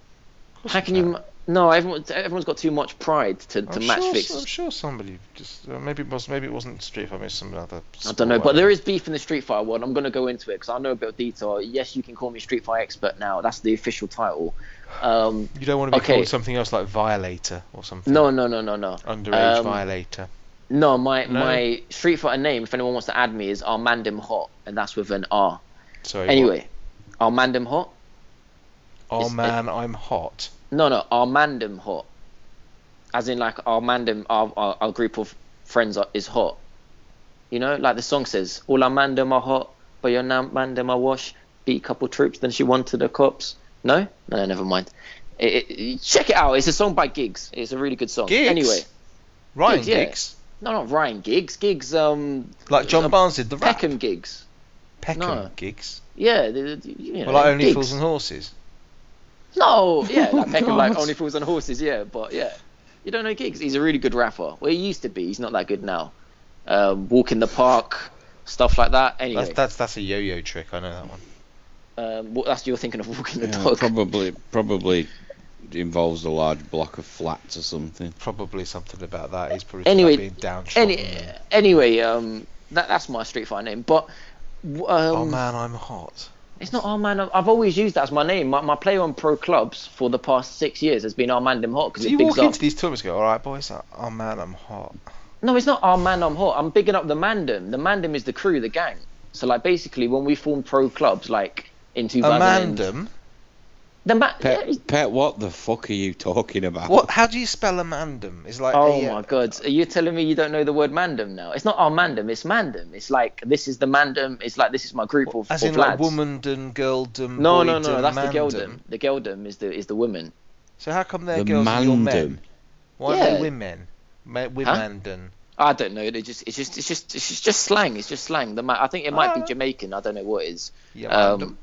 Speaker 3: How can you? ma- No, everyone everyone's got too much pride to, to
Speaker 2: I'm
Speaker 3: match
Speaker 2: sure,
Speaker 3: fix.
Speaker 2: I'm sure somebody just uh, maybe it was maybe it wasn't Street Fighter, maybe it was some other.
Speaker 3: I
Speaker 2: sport,
Speaker 3: don't know, but there
Speaker 2: whatever.
Speaker 3: is beef in the Street Fighter world. I'm going to go into it because I know a bit of detail. Yes, you can call me Street Fighter expert now. That's the official title. Um,
Speaker 2: You don't want to be
Speaker 3: Okay.
Speaker 2: called something else like Violator or something.
Speaker 3: no, no, no, no, no.
Speaker 2: Underage
Speaker 3: um,
Speaker 2: Violator.
Speaker 3: No, my
Speaker 2: No?
Speaker 3: my Street Fighter name, if anyone wants to add me, is Armandim Hot, and that's with an R.
Speaker 2: Sorry.
Speaker 3: Anyway, Armandim Hot?
Speaker 2: what? oh
Speaker 3: it's-
Speaker 2: man, I'm hot.
Speaker 3: No, no, Armandim Hot. As in, like, Armandim, our, our, our group of friends are, is hot. You know, like the song says, All Armandim are hot, but your Armandim are wash. Beat a couple troops, then she won to the cops. No? No, never mind. It, it- it- check it out. It's a song by Gigs. It's a really good song.
Speaker 2: Giggs?
Speaker 3: Anyway,
Speaker 2: Ryan
Speaker 3: yeah.
Speaker 2: Giggs,
Speaker 3: no, not Ryan Gigs. Gigs, um,
Speaker 2: like John
Speaker 3: Um,
Speaker 2: Barnes did the rap.
Speaker 3: Peckham Gigs.
Speaker 2: Peckham
Speaker 3: no.
Speaker 2: Giggs.
Speaker 3: Yeah, the, the- you know,
Speaker 2: Well, like only
Speaker 3: gigs.
Speaker 2: fools and horses.
Speaker 3: No, yeah, like
Speaker 4: Oh,
Speaker 3: Peckham, like
Speaker 4: God.
Speaker 3: only fools and horses, yeah, but yeah, you don't know gigs. He's a really good rapper. Well, he used to be. He's not that good now. Um, walk in the park, stuff like that. Anyway,
Speaker 2: That's
Speaker 3: that's,
Speaker 2: that's that's a yo-yo trick. I know that one.
Speaker 3: um, what, that's you're thinking of walking the
Speaker 4: Yeah,
Speaker 3: dog.
Speaker 4: probably probably involves a large block of flats or something.
Speaker 2: Probably something about that. He's probably
Speaker 3: Anyway,
Speaker 2: about being downtrodden.
Speaker 3: Any,
Speaker 2: and,
Speaker 3: anyway, um, that, that's my Street Fighter name, but. w- Um,
Speaker 2: oh man, I'm hot.
Speaker 3: It's not Armand. I've always used that as my name. My, my play on pro clubs for the past six years has been Armandim Hot because
Speaker 2: Do
Speaker 3: it
Speaker 2: you
Speaker 3: bigs
Speaker 2: walk
Speaker 3: up.
Speaker 2: into these tournaments and go, all right, boys? Oh man, I'm hot.
Speaker 3: No, it's not our man I'm hot. I'm bigging up the Mandem. The Mandem is the crew, the gang. So like basically when we formed pro clubs like in 2000 and-
Speaker 2: Amandum.
Speaker 3: The ma-
Speaker 4: Pet,
Speaker 3: yeah,
Speaker 4: Pet, what the fuck are you talking about?
Speaker 2: What? How do you spell Amandum? It's like
Speaker 3: Oh
Speaker 2: a, uh,
Speaker 3: my god, are you telling me you don't know the word Mandem now? It's not our Mandem, it's Mandem. It's like this is the Mandem, it's like this is my group of,
Speaker 2: As
Speaker 3: of
Speaker 2: in like
Speaker 3: lads.
Speaker 2: womandom, girldom,
Speaker 3: no, no, no,
Speaker 2: boydom,
Speaker 3: that's the
Speaker 2: mandom.
Speaker 3: geldom. The geldom is the is the women.
Speaker 2: So how come they're
Speaker 4: the
Speaker 2: girls and you're
Speaker 4: mandem.
Speaker 2: men? Why are
Speaker 3: Yeah.
Speaker 2: they women? Ma- Womandom.
Speaker 3: I don't know. They just it's just it's just it's just, just slang. It's just slang. The ma- I think it might be
Speaker 2: Ah.
Speaker 3: Jamaican. I don't know what it is.
Speaker 2: Yeah,
Speaker 3: Um,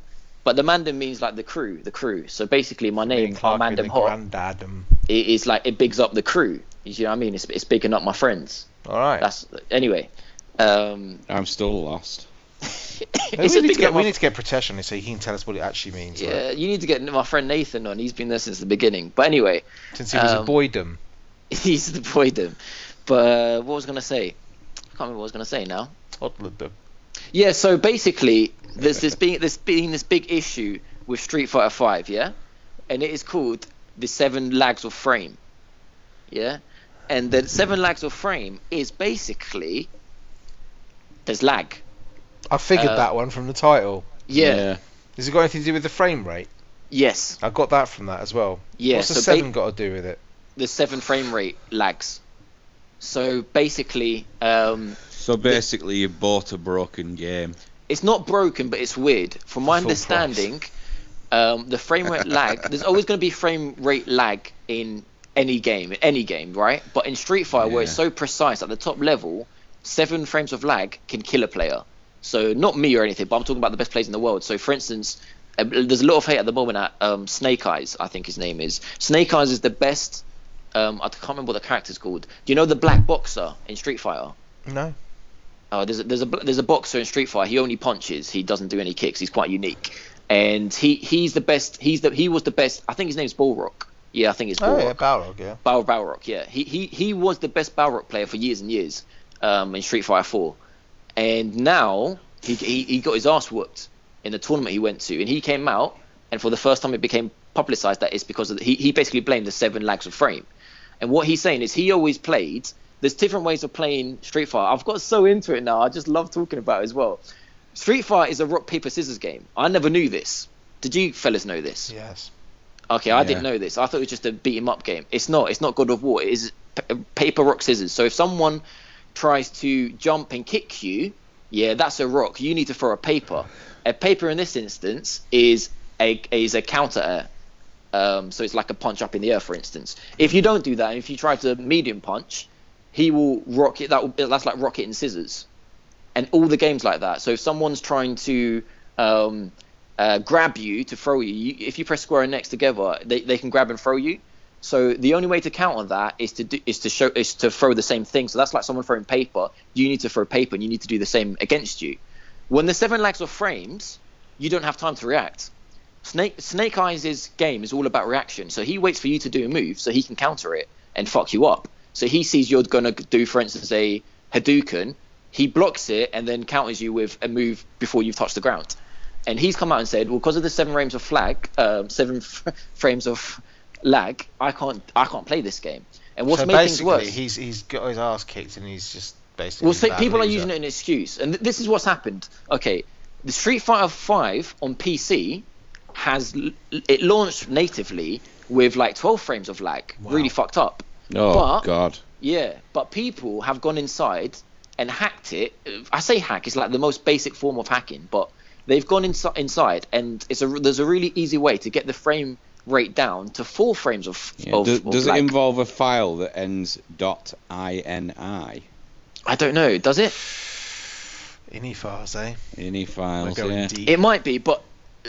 Speaker 3: but the Mandem means like the crew, the crew. So basically, my name, Armandem Hot,
Speaker 2: Grandadum.
Speaker 3: it is like it bigs up the crew. You know what I mean? It's, it's bigging up my friends.
Speaker 2: All right.
Speaker 3: That's anyway. Um,
Speaker 4: I'm still lost.
Speaker 2: Maybe we,
Speaker 3: it's a
Speaker 2: need to
Speaker 3: bigging
Speaker 2: get,
Speaker 3: up
Speaker 2: we
Speaker 3: my,
Speaker 2: need to get Pratesh on here so he can tell us what it actually means. like,
Speaker 3: yeah, you need to get my friend Nathan on. He's been there since the beginning. But anyway,
Speaker 2: since he was a
Speaker 3: um,
Speaker 2: boydom.
Speaker 3: he's the boydom. But uh, what was I gonna say? I can't remember what I was gonna say now.
Speaker 2: Toddlerdom.
Speaker 3: Yeah. So basically, there's this being this being this big issue with Street Fighter Five. Yeah, and it is called the seven lags of frame. Yeah, and the seven lags of frame is basically there's lag.
Speaker 2: I figured
Speaker 3: Uh,
Speaker 2: that one from the title.
Speaker 3: Yeah.
Speaker 2: Has it got anything to do with the frame rate?
Speaker 3: Yes.
Speaker 2: I got that from that as well.
Speaker 3: Yeah.
Speaker 2: What's the
Speaker 3: so
Speaker 2: seven
Speaker 3: ba-
Speaker 2: got to do with it?
Speaker 3: the seven frame rate lags. So basically, um,
Speaker 4: So basically, you bought a broken game.
Speaker 3: it's not broken, but it's weird. From my
Speaker 2: Full price.
Speaker 3: understanding, um, the frame rate lag. There's always going to be frame rate lag in any game, in any game, right? But in Street Fighter, where it's
Speaker 4: Yeah.
Speaker 3: so precise at the top level, seven frames of lag can kill a player. So not me or anything, but I'm talking about the best players in the world. So for instance, uh, there's a lot of hate at the moment at um, Snake Eyes. I think his name is Snake Eyes is the best. Um, I can't remember what the character's called. Do you know the black boxer in Street Fighter?
Speaker 2: No.
Speaker 3: Oh, there's a, there's a there's a boxer in Street Fighter. He only punches. He doesn't do any kicks. He's quite unique, and he he's the best. He's the he was the best. I think his name's Balrock. Yeah, I think it's
Speaker 2: Oh,
Speaker 3: Balrock.
Speaker 2: yeah, Balrog, yeah.
Speaker 3: Balrog, Balrog, yeah. He, he he was the best Balrog player for years and years um, in Street Fighter 4. And now he, he, he got his ass whooped in the tournament he went to. And he came out, and for the first time it became publicized that it's because of the, he, he basically blamed the seven lags of frame. And what he's saying is he always played. There's different ways of playing Street Fighter. I've got so into it now. I just love talking about it as well. Street Fighter is a rock, paper, scissors game. I never knew this. Did you fellas know this?
Speaker 2: Yes.
Speaker 3: Okay, I
Speaker 4: Yeah.
Speaker 3: didn't know this. I thought it was just a beat 'em up game. It's not. It's not God of War. It is p- paper rock scissors. So if someone tries to jump and kick you, yeah, that's a rock. You need to throw a paper. A paper in this instance is a is a counter air. Um, so it's like a punch up in the air, for instance. If you don't do that, and if you try to medium punch, he will rocket. That will, that's like rocket and scissors, and all the games like that. So if someone's trying to um, uh, grab you to throw you, you, if you press square and next together, they, they can grab and throw you. So the only way to counter that is to do, is to show is to throw the same thing. So that's like someone throwing paper. You need to throw paper, and you need to do the same against you. When the seven lags of frames, you don't have time to react. Snake Snake Eyes' game is all about reaction. So he waits for you to do a move so he can counter it and fuck you up. So he sees you're gonna do, for instance, a Hadouken. He blocks it and then counters you with a move before you've touched the ground. And he's come out and said, well, because of the seven frames of flag, um, seven f- frames of lag, I can't I can't play this game. And what's
Speaker 2: so
Speaker 3: made things
Speaker 2: basically,
Speaker 3: worse?
Speaker 2: he's he's got his ass kicked and he's just basically.
Speaker 3: Well,
Speaker 2: a
Speaker 3: so
Speaker 2: bad
Speaker 3: people are
Speaker 2: loser.
Speaker 3: using it as an excuse, and th- this is what's happened. Okay, the Street Fighter Five on PC has l- it launched natively with like 12 frames of lag, really fucked up.
Speaker 4: Oh
Speaker 3: But-
Speaker 4: God.
Speaker 3: Yeah, but people have gone inside and hacked it. I say hack; it's like the most basic form of hacking, but they've gone insi- inside, and it's a there's a really easy way to get the frame rate down to four frames of,
Speaker 4: Yeah,
Speaker 3: of,
Speaker 4: does
Speaker 3: of
Speaker 4: does it
Speaker 3: lag.
Speaker 4: involve a file that ends .ini?
Speaker 3: I don't know. Does it?
Speaker 2: Any files, eh?
Speaker 4: Any
Speaker 2: We're
Speaker 4: files?
Speaker 2: going
Speaker 4: Yeah.
Speaker 2: deep.
Speaker 3: It might be, but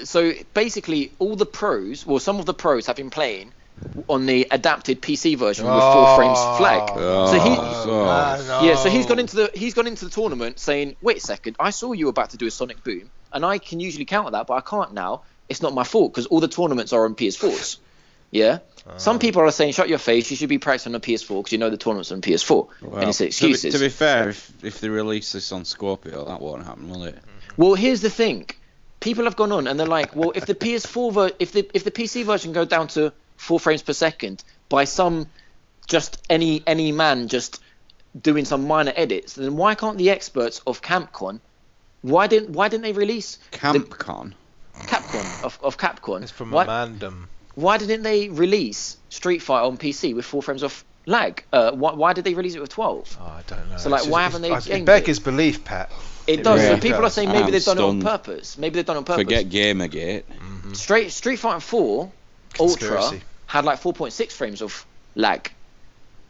Speaker 3: so basically, all the pros, well, some of the pros have been playing on the adapted PC version with four frames flag.
Speaker 4: Oh,
Speaker 3: So he-
Speaker 4: so-
Speaker 3: Yeah, so he's
Speaker 2: Oh,
Speaker 3: gone into the he's gone into the tournament saying, "Wait a second, I saw you were about to do a Sonic Boom, and I can usually counter that, but I can't now. It's not my fault because all the tournaments are on PS4s." Yeah.
Speaker 4: Oh.
Speaker 3: Some people are saying, "Shut your face! You should be practicing on PS4 because you know the tournaments on PS4."
Speaker 4: Well,
Speaker 3: and it's
Speaker 4: to be-
Speaker 3: excuses.
Speaker 4: To be, fair, if, if they release this on Scorpio, that won't happen, will it?
Speaker 3: Well, here's the thing. People have gone on and they're like, well, if the PS4 ver- if the if the PC version go down to four frames per second by some just any any man just doing some minor edits, then why can't the experts of CampCon why didn't why didn't they release
Speaker 4: CampCon.
Speaker 3: Capcom of, of Capcom?
Speaker 2: It's from
Speaker 3: why,
Speaker 2: Mandom.
Speaker 3: why didn't they release Street Fighter on PC with four frames of lag? Uh, why, why did they release it with twelve?
Speaker 2: Oh, I don't know.
Speaker 3: So, like,
Speaker 2: It's
Speaker 3: why
Speaker 2: just-
Speaker 3: haven't they
Speaker 2: it's- It
Speaker 3: gamed
Speaker 2: beggars belief, Pat.
Speaker 3: It does.
Speaker 4: really
Speaker 3: so people are
Speaker 2: does.
Speaker 3: saying maybe
Speaker 4: I'm
Speaker 3: they've done
Speaker 4: stunned.
Speaker 3: it on purpose. Maybe they've done it on purpose.
Speaker 4: Forget Gamergate.
Speaker 3: Straight Street Fighter 4 Ultra
Speaker 2: Conspiracy.
Speaker 3: had like 4.6 frames of lag.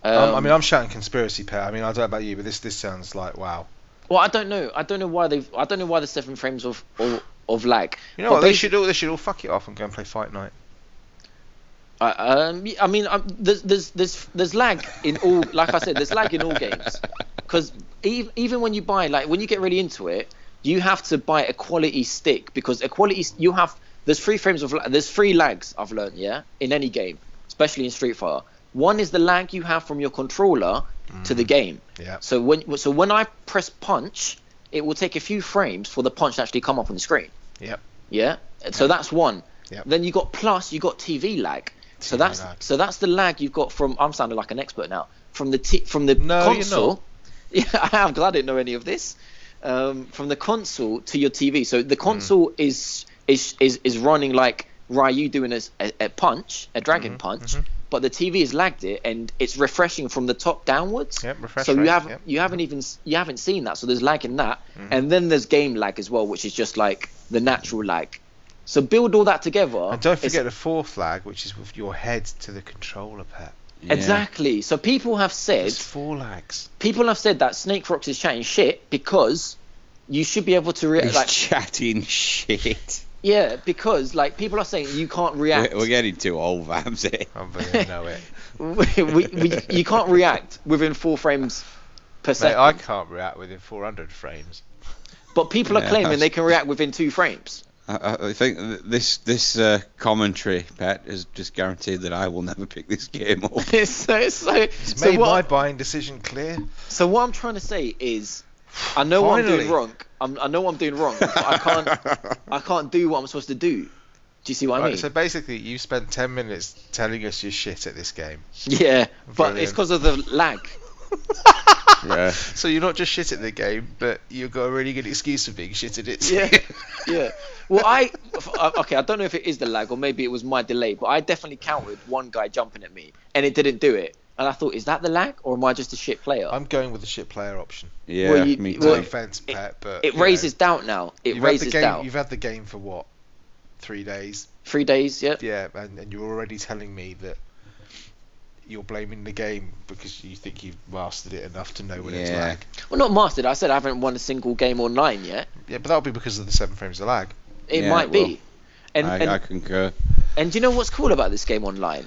Speaker 2: Um,
Speaker 3: Um,
Speaker 2: I mean, I'm shouting conspiracy, Pat. I mean, I don't know about you, but this this sounds like wow.
Speaker 3: well, I don't know. I don't know why they've. I don't know why the seven frames of of, of lag.
Speaker 2: You know
Speaker 3: But
Speaker 2: what? They
Speaker 3: basi-
Speaker 2: should all they should all fuck it off and go and play Fight Night.
Speaker 3: I, um, I mean, i there's there's there's there's lag in all. Like I said, there's lag in all games. Because even even when you buy like when you get really into it, you have to buy a quality stick because a quality s- you have there's three frames of la- there's three lags I've learned yeah in any game, especially in Street Fighter. One is the lag you have from your controller to the game.
Speaker 2: Yeah.
Speaker 3: So when so when I press punch, it will take a few frames for the punch to actually come up on the screen.
Speaker 2: Yep.
Speaker 3: Yeah. So that's one.
Speaker 2: Yep.
Speaker 3: Then you got plus, you got TV lag. So
Speaker 2: TV
Speaker 3: that's
Speaker 2: lag.
Speaker 3: so that's the lag you've got from. I'm sounding like an expert now. From the t- from the
Speaker 2: No, you're
Speaker 3: console. Yeah, I'm glad I didn't know any of this. Um, from the console to your TV. So
Speaker 2: Hmm.
Speaker 3: the console is is is is running like Ryu doing a, s- a- a punch, a dragon
Speaker 2: Mm-hmm.
Speaker 3: punch, but the TV has lagged it and it's refreshing from the top downwards.
Speaker 2: Yep, refresh
Speaker 3: So you
Speaker 2: rate, Mm-hmm.
Speaker 3: have
Speaker 2: yep.
Speaker 3: you haven't even s- you haven't seen that. So there's lag in that, and then there's game lag as well, which is just like the natural lag. So build all that together.
Speaker 2: And don't
Speaker 3: It's-
Speaker 2: forget the fourth flag, which is with your head to the controller, Pat.
Speaker 4: Yeah.
Speaker 3: exactly. So people have said
Speaker 2: It's four lags.
Speaker 3: people have said that Snake Rocks is chatting shit because you should be able to react.
Speaker 4: He's
Speaker 3: Like,
Speaker 4: chatting shit.
Speaker 3: yeah, because like people are saying you can't react.
Speaker 4: We're, we're getting too old, Vamsy.
Speaker 2: I really know it.
Speaker 3: we, we, you can't react within four frames per
Speaker 2: Mate,
Speaker 3: second.
Speaker 2: I can't react within 400 frames.
Speaker 3: But people are
Speaker 4: Yeah,
Speaker 3: claiming
Speaker 4: that's-
Speaker 3: they can react within two frames.
Speaker 4: I- I, I think th- this this uh, commentary, Pet, has just guaranteed that I will never pick this game up.
Speaker 3: so, so,
Speaker 2: It's
Speaker 3: so
Speaker 2: made
Speaker 3: what?
Speaker 2: my buying decision clear.
Speaker 3: So what I'm trying to say is, I know what I'm doing
Speaker 2: Finally.
Speaker 3: wrong. I'm, I know what I'm doing wrong. But I can't. I can't do what I'm supposed to do. Do you see what I
Speaker 2: Right,
Speaker 3: mean?
Speaker 2: so basically, you spent 10 minutes telling us you're shit at this game.
Speaker 3: yeah, but
Speaker 2: Brilliant.
Speaker 3: it's because of the lag.
Speaker 4: Yeah.
Speaker 2: So you're not just shit at the game, but you've got a really good excuse for being shit at it.
Speaker 3: Yeah, yeah. Well, I f- uh, okay. I don't know if it is the lag or maybe it was my delay, but I definitely counted one guy jumping at me and it didn't do it. And I thought, is that the lag or am I just a shit player?
Speaker 2: I'm going with the shit player option.
Speaker 4: Yeah,
Speaker 3: Well, you-
Speaker 4: me too.
Speaker 2: No
Speaker 3: Well,
Speaker 2: offense, Pat, but
Speaker 3: it
Speaker 2: you know,
Speaker 3: raises doubt now.
Speaker 2: you've
Speaker 3: It
Speaker 2: had the
Speaker 3: raises
Speaker 2: game,
Speaker 3: doubt.
Speaker 2: You've had the game for what? three days.
Speaker 3: Three days, yeah.
Speaker 2: Yeah, and, and you're already telling me that you're blaming the game because you think you've mastered it enough to know what it's
Speaker 4: Yeah.
Speaker 2: like.
Speaker 3: Well, not mastered. I said I haven't won a single game online yet.
Speaker 2: Yeah, but that'll be because of the seven frames of lag.
Speaker 3: It
Speaker 4: Yeah,
Speaker 3: might
Speaker 4: it will.
Speaker 3: be. And,
Speaker 4: I,
Speaker 3: and,
Speaker 4: I concur.
Speaker 3: and do you know what's cool about this game online?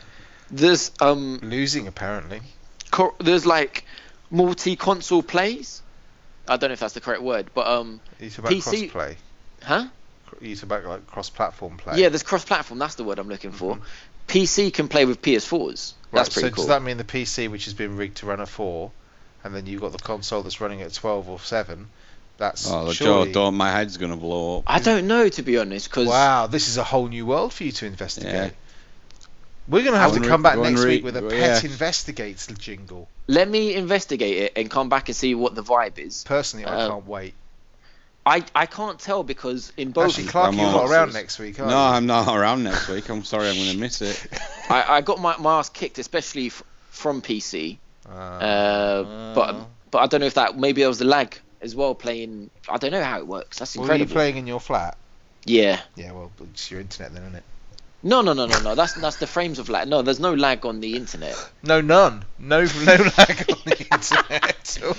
Speaker 3: There's um
Speaker 2: Losing apparently.
Speaker 3: co- there's like multi-console plays. I don't know if that's the correct word, but um,
Speaker 2: You talk about
Speaker 3: PC
Speaker 2: cross-play.
Speaker 3: huh?
Speaker 2: You talk about like cross-platform play.
Speaker 3: Yeah, there's cross-platform. That's the word I'm looking for. PC can play with PS4s.
Speaker 2: Mm-hmm. Right,
Speaker 3: That's pretty
Speaker 2: so
Speaker 3: cool.
Speaker 2: does that mean the PC, which has been rigged to run a four, and then you've got the console that's running at twelve or seven? That's
Speaker 4: Oh, Joe,
Speaker 2: surely...
Speaker 4: don't. My head's gonna blow up.
Speaker 3: I don't know to be honest, because
Speaker 2: Wow, this is a whole new world for you to investigate.
Speaker 4: Yeah.
Speaker 2: We're going to have to
Speaker 4: Unre-
Speaker 2: come back next
Speaker 4: unre-
Speaker 2: week with a
Speaker 4: yeah.
Speaker 2: pet investigates jingle.
Speaker 3: let me investigate it and come back and see what the vibe is.
Speaker 2: Personally, I
Speaker 3: Uh,
Speaker 2: can't wait.
Speaker 3: I I can't tell because in both
Speaker 2: Actually, Clark,
Speaker 4: I'm
Speaker 2: you're not
Speaker 4: all-
Speaker 2: around next week, are
Speaker 4: No,
Speaker 2: you?
Speaker 4: I'm not around next week. I'm sorry, I'm gonna miss it.
Speaker 3: I, I got my, my ass kicked, especially f- from PC. Uh, but but I don't know if that maybe there was a lag as well playing. I don't know how it works. That's
Speaker 2: well, were you
Speaker 3: incredible.
Speaker 2: playing in your flat?
Speaker 3: yeah.
Speaker 2: Yeah, well, it's your internet then, isn't it?
Speaker 3: No no no no no. That's that's the frames of lag. No, there's no lag on the internet.
Speaker 2: No, none. No, no lag on the internet at all.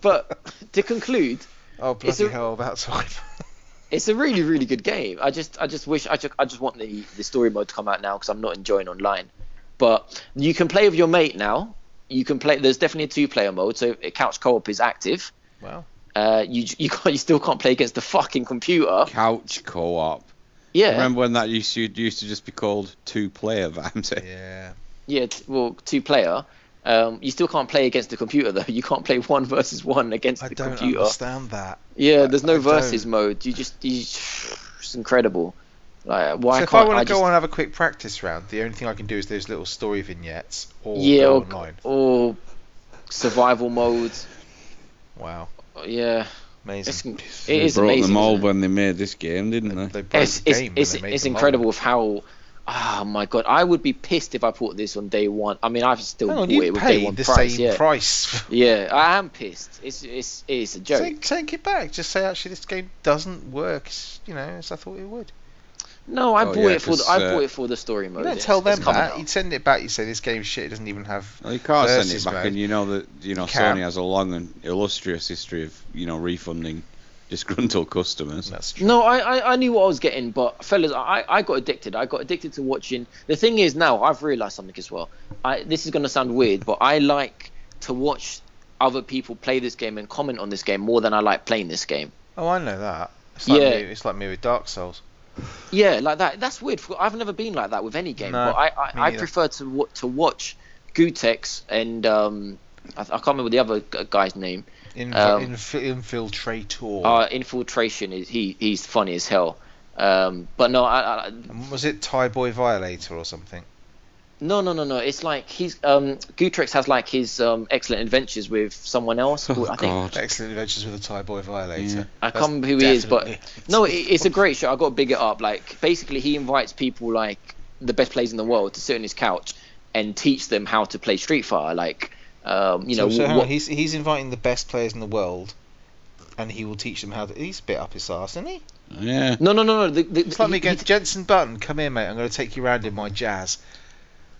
Speaker 3: But to conclude,
Speaker 2: Oh, bloody
Speaker 3: a-
Speaker 2: hell, about time.
Speaker 3: it's a really really good game. I just I just wish I just I just want the the story mode to come out now because I'm not enjoying online. But you can play with your mate now. You can play. There's definitely a two-player mode, so couch co-op is active.
Speaker 2: Wow.
Speaker 3: Uh, you you can't, you still can't play against the fucking computer.
Speaker 4: Couch co-op.
Speaker 3: Yeah.
Speaker 4: Remember when that used to used to just be called two-player Vamsy?
Speaker 2: Yeah.
Speaker 3: Yeah, t- well, two player. Um, you still can't play against the computer though. You can't play one versus one against
Speaker 2: I
Speaker 3: the
Speaker 2: don't
Speaker 3: computer.
Speaker 2: understand that.
Speaker 3: Yeah, there's no
Speaker 2: I
Speaker 3: versus
Speaker 2: don't.
Speaker 3: mode. You just, you, it's incredible. Like, why
Speaker 2: so if I
Speaker 3: can't
Speaker 2: want to
Speaker 3: just,
Speaker 2: go on and have a quick practice round, the only thing I can do is those little story vignettes or
Speaker 3: yeah,
Speaker 2: go
Speaker 3: or,
Speaker 2: online.
Speaker 3: or survival mode?
Speaker 2: Wow.
Speaker 3: Yeah, it's,
Speaker 2: Amazing.
Speaker 3: it is
Speaker 4: they brought
Speaker 3: amazing.
Speaker 4: them all
Speaker 3: isn't it?
Speaker 4: when they made this game, didn't they?
Speaker 2: They broke
Speaker 3: It's
Speaker 2: the
Speaker 3: it's
Speaker 2: game when
Speaker 3: it's,
Speaker 2: they made
Speaker 3: it's
Speaker 2: them all.
Speaker 3: incredible with how. Oh my god, I would be pissed if I bought this on day one. I mean, I've still
Speaker 2: Hang on,
Speaker 3: bought
Speaker 2: you
Speaker 3: it with day
Speaker 2: paid
Speaker 3: one
Speaker 2: the
Speaker 3: price.
Speaker 2: same
Speaker 3: yeah,
Speaker 2: price.
Speaker 3: yeah, I am pissed. It's it's it's a joke.
Speaker 2: take, take it back. Just say actually this game doesn't work. s- You know, as I thought it would.
Speaker 3: No, I
Speaker 4: Oh,
Speaker 3: bought
Speaker 4: yeah,
Speaker 3: it for the,
Speaker 4: 'cause,
Speaker 3: I
Speaker 4: uh,
Speaker 3: bought it for the story mode.
Speaker 2: You don't
Speaker 3: It's-
Speaker 2: tell
Speaker 3: it's
Speaker 2: them
Speaker 3: coming
Speaker 2: that.
Speaker 3: out.
Speaker 2: You'd send it back. You say this game's shit. It doesn't even have.
Speaker 4: Well, you can't send
Speaker 2: Versus
Speaker 4: it back,
Speaker 2: mode.
Speaker 4: and you know that you know
Speaker 2: You can.
Speaker 4: Sony has a long and illustrious history of you know refunding disgruntled customers.
Speaker 2: That's true.
Speaker 3: No, I, I, I knew what I was getting, but fellas, I, I got addicted. I got addicted to watching. The thing is now I've realised something as well. I, this is going to sound weird, but I like to watch other people play this game and comment on this game more than I like playing this game.
Speaker 2: Oh, I know that. It's like
Speaker 3: Yeah.
Speaker 2: me, it's like me with Dark Souls.
Speaker 3: Yeah, like that. That's weird. I've never been like that with any game,
Speaker 2: No,
Speaker 3: but I
Speaker 2: me
Speaker 3: I, I
Speaker 2: neither.
Speaker 3: prefer to wa- to watch Gutex and um I, I can't remember the other g- guy's name.
Speaker 2: Inf-
Speaker 3: Um,
Speaker 2: inf- infiltrator.
Speaker 3: Uh, infiltration is he he's funny as hell. Um, but no, I, I,
Speaker 2: And was it Thai Boy Violator or something?
Speaker 3: no, no, no, no. It's like he's um, Gutrex has like his um, excellent adventures with someone else.
Speaker 4: Oh
Speaker 3: I think
Speaker 4: God!
Speaker 2: Excellent Adventures with a Thai Boy
Speaker 4: Yeah.
Speaker 2: Violator.
Speaker 3: I
Speaker 2: That's
Speaker 3: can't remember who he is, but
Speaker 2: definitely-
Speaker 3: no, it, it's a great show. I got to big it up. Like basically, he invites people like the best players in the world to sit on his couch and teach them how to play Street Fighter. Like um, you know,
Speaker 2: so, so hang
Speaker 3: what-
Speaker 2: on, he's he's inviting the best players in the world, and he will teach them how to. He's a bit up his arse, isn't he?
Speaker 4: Yeah.
Speaker 3: no, no, no, no. The, the,
Speaker 2: It's like me
Speaker 3: he-
Speaker 2: going to Jensen Button. Come here, mate. I'm going to take you round in my jazz.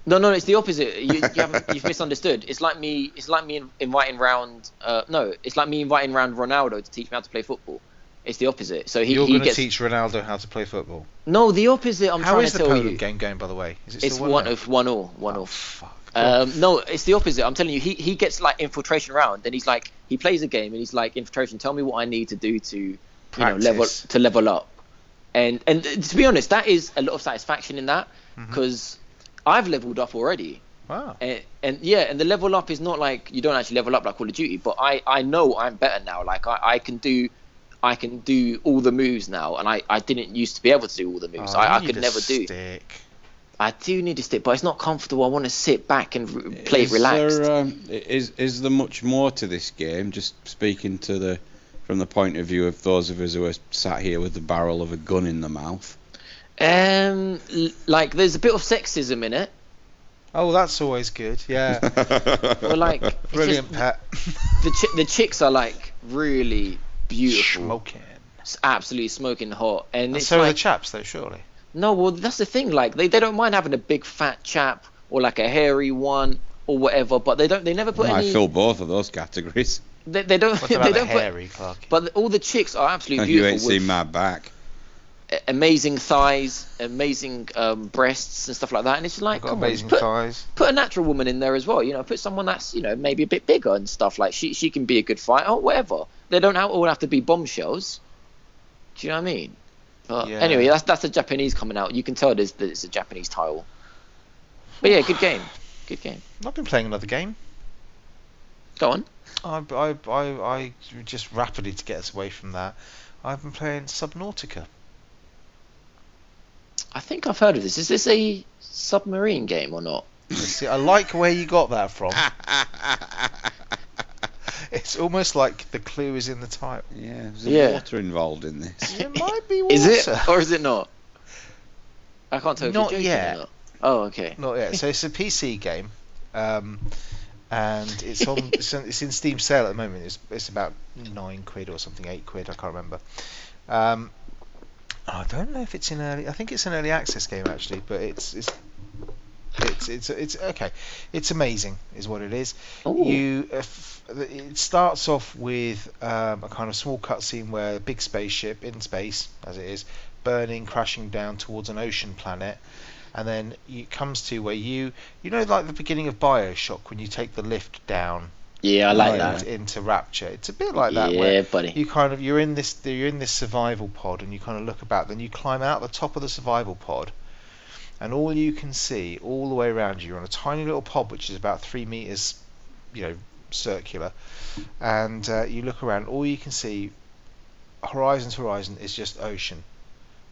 Speaker 3: No, no, it's the opposite. You, you haven't, you've misunderstood. It's like me. It's like me inviting round. Uh, no, it's like me inviting round Ronaldo to teach me how to play football. It's the opposite. So he,
Speaker 2: You're
Speaker 3: he
Speaker 2: going to
Speaker 3: gets
Speaker 2: teach Ronaldo how to play football.
Speaker 3: no the opposite. I'm
Speaker 2: how
Speaker 3: trying
Speaker 2: is
Speaker 3: to
Speaker 2: the
Speaker 3: tell
Speaker 2: Poland
Speaker 3: you.
Speaker 2: game going, by the way? Is it
Speaker 3: It's
Speaker 2: still
Speaker 3: one
Speaker 2: nil?
Speaker 3: of one all, one
Speaker 2: Oh,
Speaker 3: all.
Speaker 2: fuck.
Speaker 3: Um, no, it's the opposite. I'm telling you, he, he gets like infiltration round, and he's like he plays a game, and he's like infiltration. Tell me what I need to do to you know level
Speaker 2: Practice.
Speaker 3: to level up, and and to be honest, that is a lot of satisfaction in that
Speaker 2: Mm-hmm.
Speaker 3: because I've leveled up already.
Speaker 2: Wow.
Speaker 3: and, and yeah, and the level up is not like you don't actually level up like Call of Duty, but I, I know I'm better now. Like I, I can do I can do all the moves now, and I, I didn't used to be able to do all the moves.
Speaker 2: Oh, you
Speaker 3: I, I
Speaker 2: need
Speaker 3: could
Speaker 2: a
Speaker 3: never do.
Speaker 2: stick.
Speaker 3: I do need a stick, but it's not comfortable. I want to sit back and r play
Speaker 4: Is
Speaker 3: it relaxed.
Speaker 4: There, um, i- is is there much more to this game? Just speaking to the from the point of view of those of us who are sat here with the barrel of a gun in the mouth.
Speaker 2: uh,
Speaker 3: Um, l- like there's a bit of sexism in it,
Speaker 2: Oh, that's always good. Yeah.
Speaker 3: but like it's just-
Speaker 2: Brilliant, Pat.
Speaker 3: the chi- the chicks are like really beautiful,
Speaker 2: Smoking.
Speaker 3: s absolutely smoking hot, and
Speaker 2: And
Speaker 3: it's
Speaker 2: so are the
Speaker 3: like
Speaker 2: chaps, though, surely.
Speaker 3: No, well, that's the thing. Like, they, they don't mind having a big fat chap or like a hairy one or whatever, but they don't. They never put
Speaker 4: I
Speaker 3: any.
Speaker 4: fill both of those categories.
Speaker 3: They, they don't.
Speaker 2: What
Speaker 3: they
Speaker 2: about the
Speaker 3: don't put,
Speaker 2: hairy Clark?
Speaker 3: but all the chicks are absolutely
Speaker 4: you
Speaker 3: beautiful. with
Speaker 4: ain't seen my back.
Speaker 3: a- amazing thighs, amazing um, breasts and stuff like that. And it's
Speaker 2: I've
Speaker 3: like,
Speaker 2: got
Speaker 3: come on,
Speaker 2: amazing
Speaker 3: put,
Speaker 2: thighs.
Speaker 3: put a natural woman in there as well. You know, put someone that's you know maybe a bit bigger and stuff. Like she she can be a good fighter, or whatever. They don't all have to be bombshells. Do you know what I mean? But
Speaker 2: Yeah.
Speaker 3: anyway, that's that's a Japanese coming out. You can tell there's that it's a Japanese title. But yeah, good game, good game.
Speaker 2: I've been playing another game.
Speaker 3: Go on.
Speaker 2: I, I, I, I just rapidly to get us away from that. I've been playing Subnautica.
Speaker 3: I think I've heard of this. Is this a submarine game or not?
Speaker 2: See, I like where you got that from.
Speaker 3: Ah.
Speaker 2: It's almost like the clue is in the title.
Speaker 4: Yeah, there's a
Speaker 3: Yeah.
Speaker 4: water involved in this.
Speaker 2: It might be water.
Speaker 3: Is it or is it not? I can't tell if
Speaker 2: Not
Speaker 3: you're joking
Speaker 2: yet.
Speaker 3: or not. Oh, okay.
Speaker 2: Not yet. So it's a PC game, um, and it's on. It's, on, it's in Steam sale at the moment. It's, it's about nine quid or something, eight quid. I can't remember. Um, I don't know if it's in early. I think it's an early access game actually, but it's it's it's it's, it's okay. It's amazing, is what it is.
Speaker 3: Ooh.
Speaker 2: You, if, it starts off with um, a kind of small cutscene where a big spaceship in space, as it is, burning, crashing down towards an ocean planet, and then it comes to where you, you know, like the beginning of Bioshock when you take the lift down
Speaker 3: Yeah, I like
Speaker 4: Oh,
Speaker 3: that.
Speaker 4: yeah.
Speaker 2: into Rapture. It's a bit like that.
Speaker 3: yeah,
Speaker 2: where
Speaker 3: buddy.
Speaker 2: you kind of you're in this you're in this survival pod and you kind of look about then you climb out the top of the survival pod and all you can see all the way around you you're on a tiny little pod which is about three meters you know circular and uh, you look around all you can see horizon to horizon is just ocean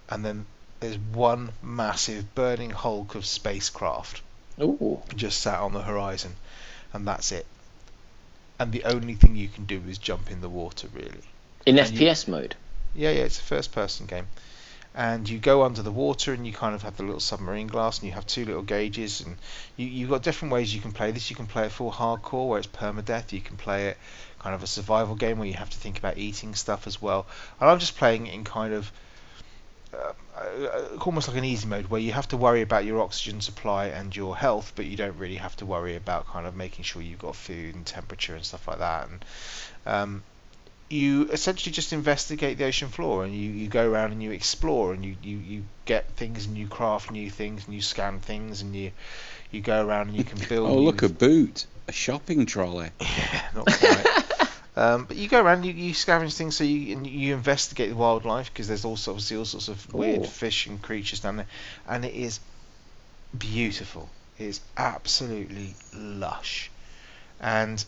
Speaker 2: and then there's one massive burning hulk of spacecraft
Speaker 3: Ooh.
Speaker 2: just sat on the horizon and that's it and the only thing you can do is jump in the water really
Speaker 3: In
Speaker 2: And you-
Speaker 3: FPS mode.
Speaker 2: yeah, yeah, it's a first person game. And you go under the water and you kind of have the little submarine glass and you have two little gauges and you, you've got different ways you can play this. You can play it full hardcore where it's permadeath, you can play it kind of a survival game where you have to think about eating stuff as well. And I'm just playing it in kind of uh, uh, almost like an easy mode where you have to worry about your oxygen supply and your health, but you don't really have to worry about kind of making sure you've got food and temperature and stuff like that. And um, you essentially just investigate the ocean floor and you, you go around and you explore and you, you, you get things and you craft new things and you scan things and you you go around and you can build
Speaker 4: Oh,
Speaker 2: new
Speaker 4: look, a boot. A shopping trolley.
Speaker 2: not quite. Um, but you go around, you, you scavenge things, so you and you investigate the wildlife because there's all sorts, all sorts of weird
Speaker 3: Ooh.
Speaker 2: fish and creatures down there, and it is beautiful. It is absolutely lush, and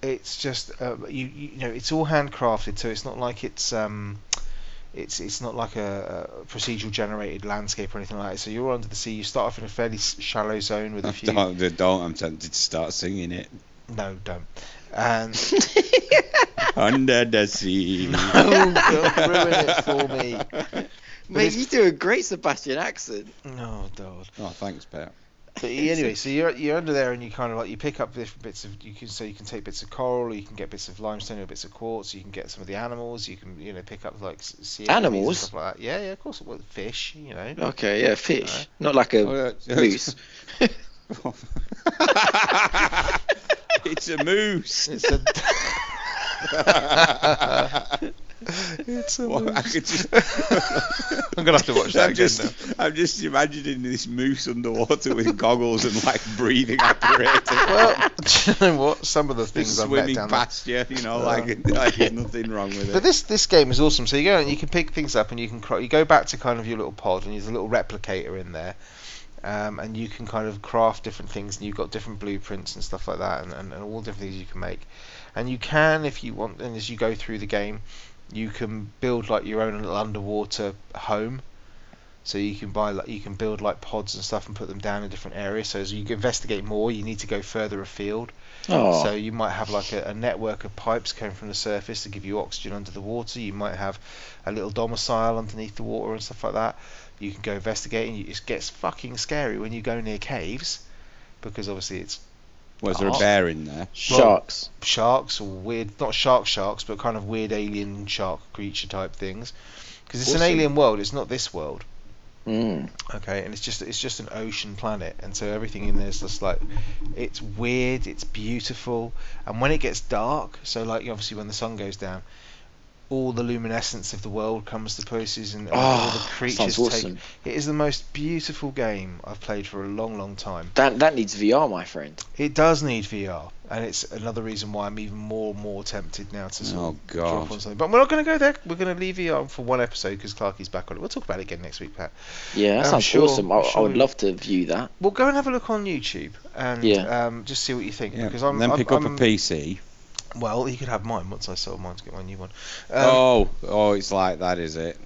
Speaker 2: it's just uh, you, you know it's all handcrafted, so it's not like it's um, it's it's not like a, a procedural generated landscape or anything like that. So you're under the sea. You start off in a fairly s- shallow zone with a
Speaker 4: I
Speaker 2: few.
Speaker 4: don't, I don't. I'm tempted to start singing it.
Speaker 2: No, don't. And
Speaker 4: Under the sea.
Speaker 2: No, don't ruin it for me.
Speaker 3: Mate,
Speaker 2: it's-
Speaker 3: you do a great Sebastian accent.
Speaker 2: No, God.
Speaker 4: Oh, thanks, Pep.
Speaker 2: But anyway, so you're you're under there and you kind of like you pick up different bits of you can so you can take bits of coral, you can get bits of limestone or bits of quartz, you can get some of the animals, you can you know pick up like s- sea anemones and
Speaker 3: Animals? Oh.
Speaker 2: stuff like that. Yeah, yeah, of course, well, fish, you know.
Speaker 3: Okay, yeah, fish. Not like a
Speaker 4: Oh, yeah.
Speaker 3: moose.
Speaker 4: it's a moose.
Speaker 2: It's a it's a
Speaker 4: Well, I
Speaker 2: moose.
Speaker 4: could just,
Speaker 2: I'm gonna have to watch that
Speaker 4: I'm
Speaker 2: again
Speaker 4: just, I'm just imagining this moose underwater with goggles and like breathing apparatus,
Speaker 2: well, do you know what? Some of the
Speaker 4: things
Speaker 2: things I've met
Speaker 4: swimming
Speaker 2: down there.
Speaker 4: past you, you know, like, like there's nothing wrong with
Speaker 2: But
Speaker 4: it.
Speaker 2: this this game is awesome. So you go and you can pick things up, and you can cra- you go back to kind of your little pod, and there's a little replicator in there, um, and you can kind of craft different things, and you've got different blueprints and stuff like that, and, and, and all different things you can make. And you can, if you want, and as you go through the game, you can build like your own little underwater home. So you can buy like you can build like pods and stuff and put them down in different areas. So as you investigate more, you need to go further afield.
Speaker 3: Oh,
Speaker 2: So you might have like a, a network of pipes coming from the surface to give you oxygen under the water. You might have a little domicile underneath the water and stuff like that. You can go investigate, and you, it gets fucking scary when you go near caves because obviously it's
Speaker 4: Was there a bear in there?
Speaker 3: sharks.
Speaker 2: sharks or weird, not shark sharks, but kind of weird alien shark creature type things. Because it's
Speaker 4: Awesome.
Speaker 2: an alien world. It's not this world.
Speaker 3: Mm.
Speaker 2: okay and it's just it's just an ocean planet and so everything in there's just like it's weird it's beautiful and when it gets dark so like obviously when the sun goes down all the luminescence of the world comes to places and all the
Speaker 3: Oh,
Speaker 2: creatures
Speaker 3: sounds awesome.
Speaker 2: take it is the most beautiful game i've played for a long long time
Speaker 3: That that needs VR, my friend.
Speaker 2: it does need vr and it's another reason why i'm even more and more tempted now to sort
Speaker 4: Oh
Speaker 2: of drop on
Speaker 4: god.
Speaker 2: something but we're not going to go there we're going to leave vr for one episode because clarky's back on it we'll talk about it again next week pat
Speaker 3: Yeah, that
Speaker 2: I'm
Speaker 3: sounds
Speaker 2: Oh, sure-
Speaker 3: awesome. I,
Speaker 2: I'm sure
Speaker 3: I would
Speaker 2: we-
Speaker 3: love to view that.
Speaker 2: Well, go and have a look on YouTube and
Speaker 3: Yeah.
Speaker 2: um, just see what you think.
Speaker 4: Yeah.
Speaker 2: Because I'm,
Speaker 4: and then
Speaker 2: I'm-
Speaker 4: pick up
Speaker 2: I'm-
Speaker 4: a PC.
Speaker 2: Well, you could have mine once I sell mine to get my new one. Um, oh.
Speaker 4: oh, oh, it's like that, is it?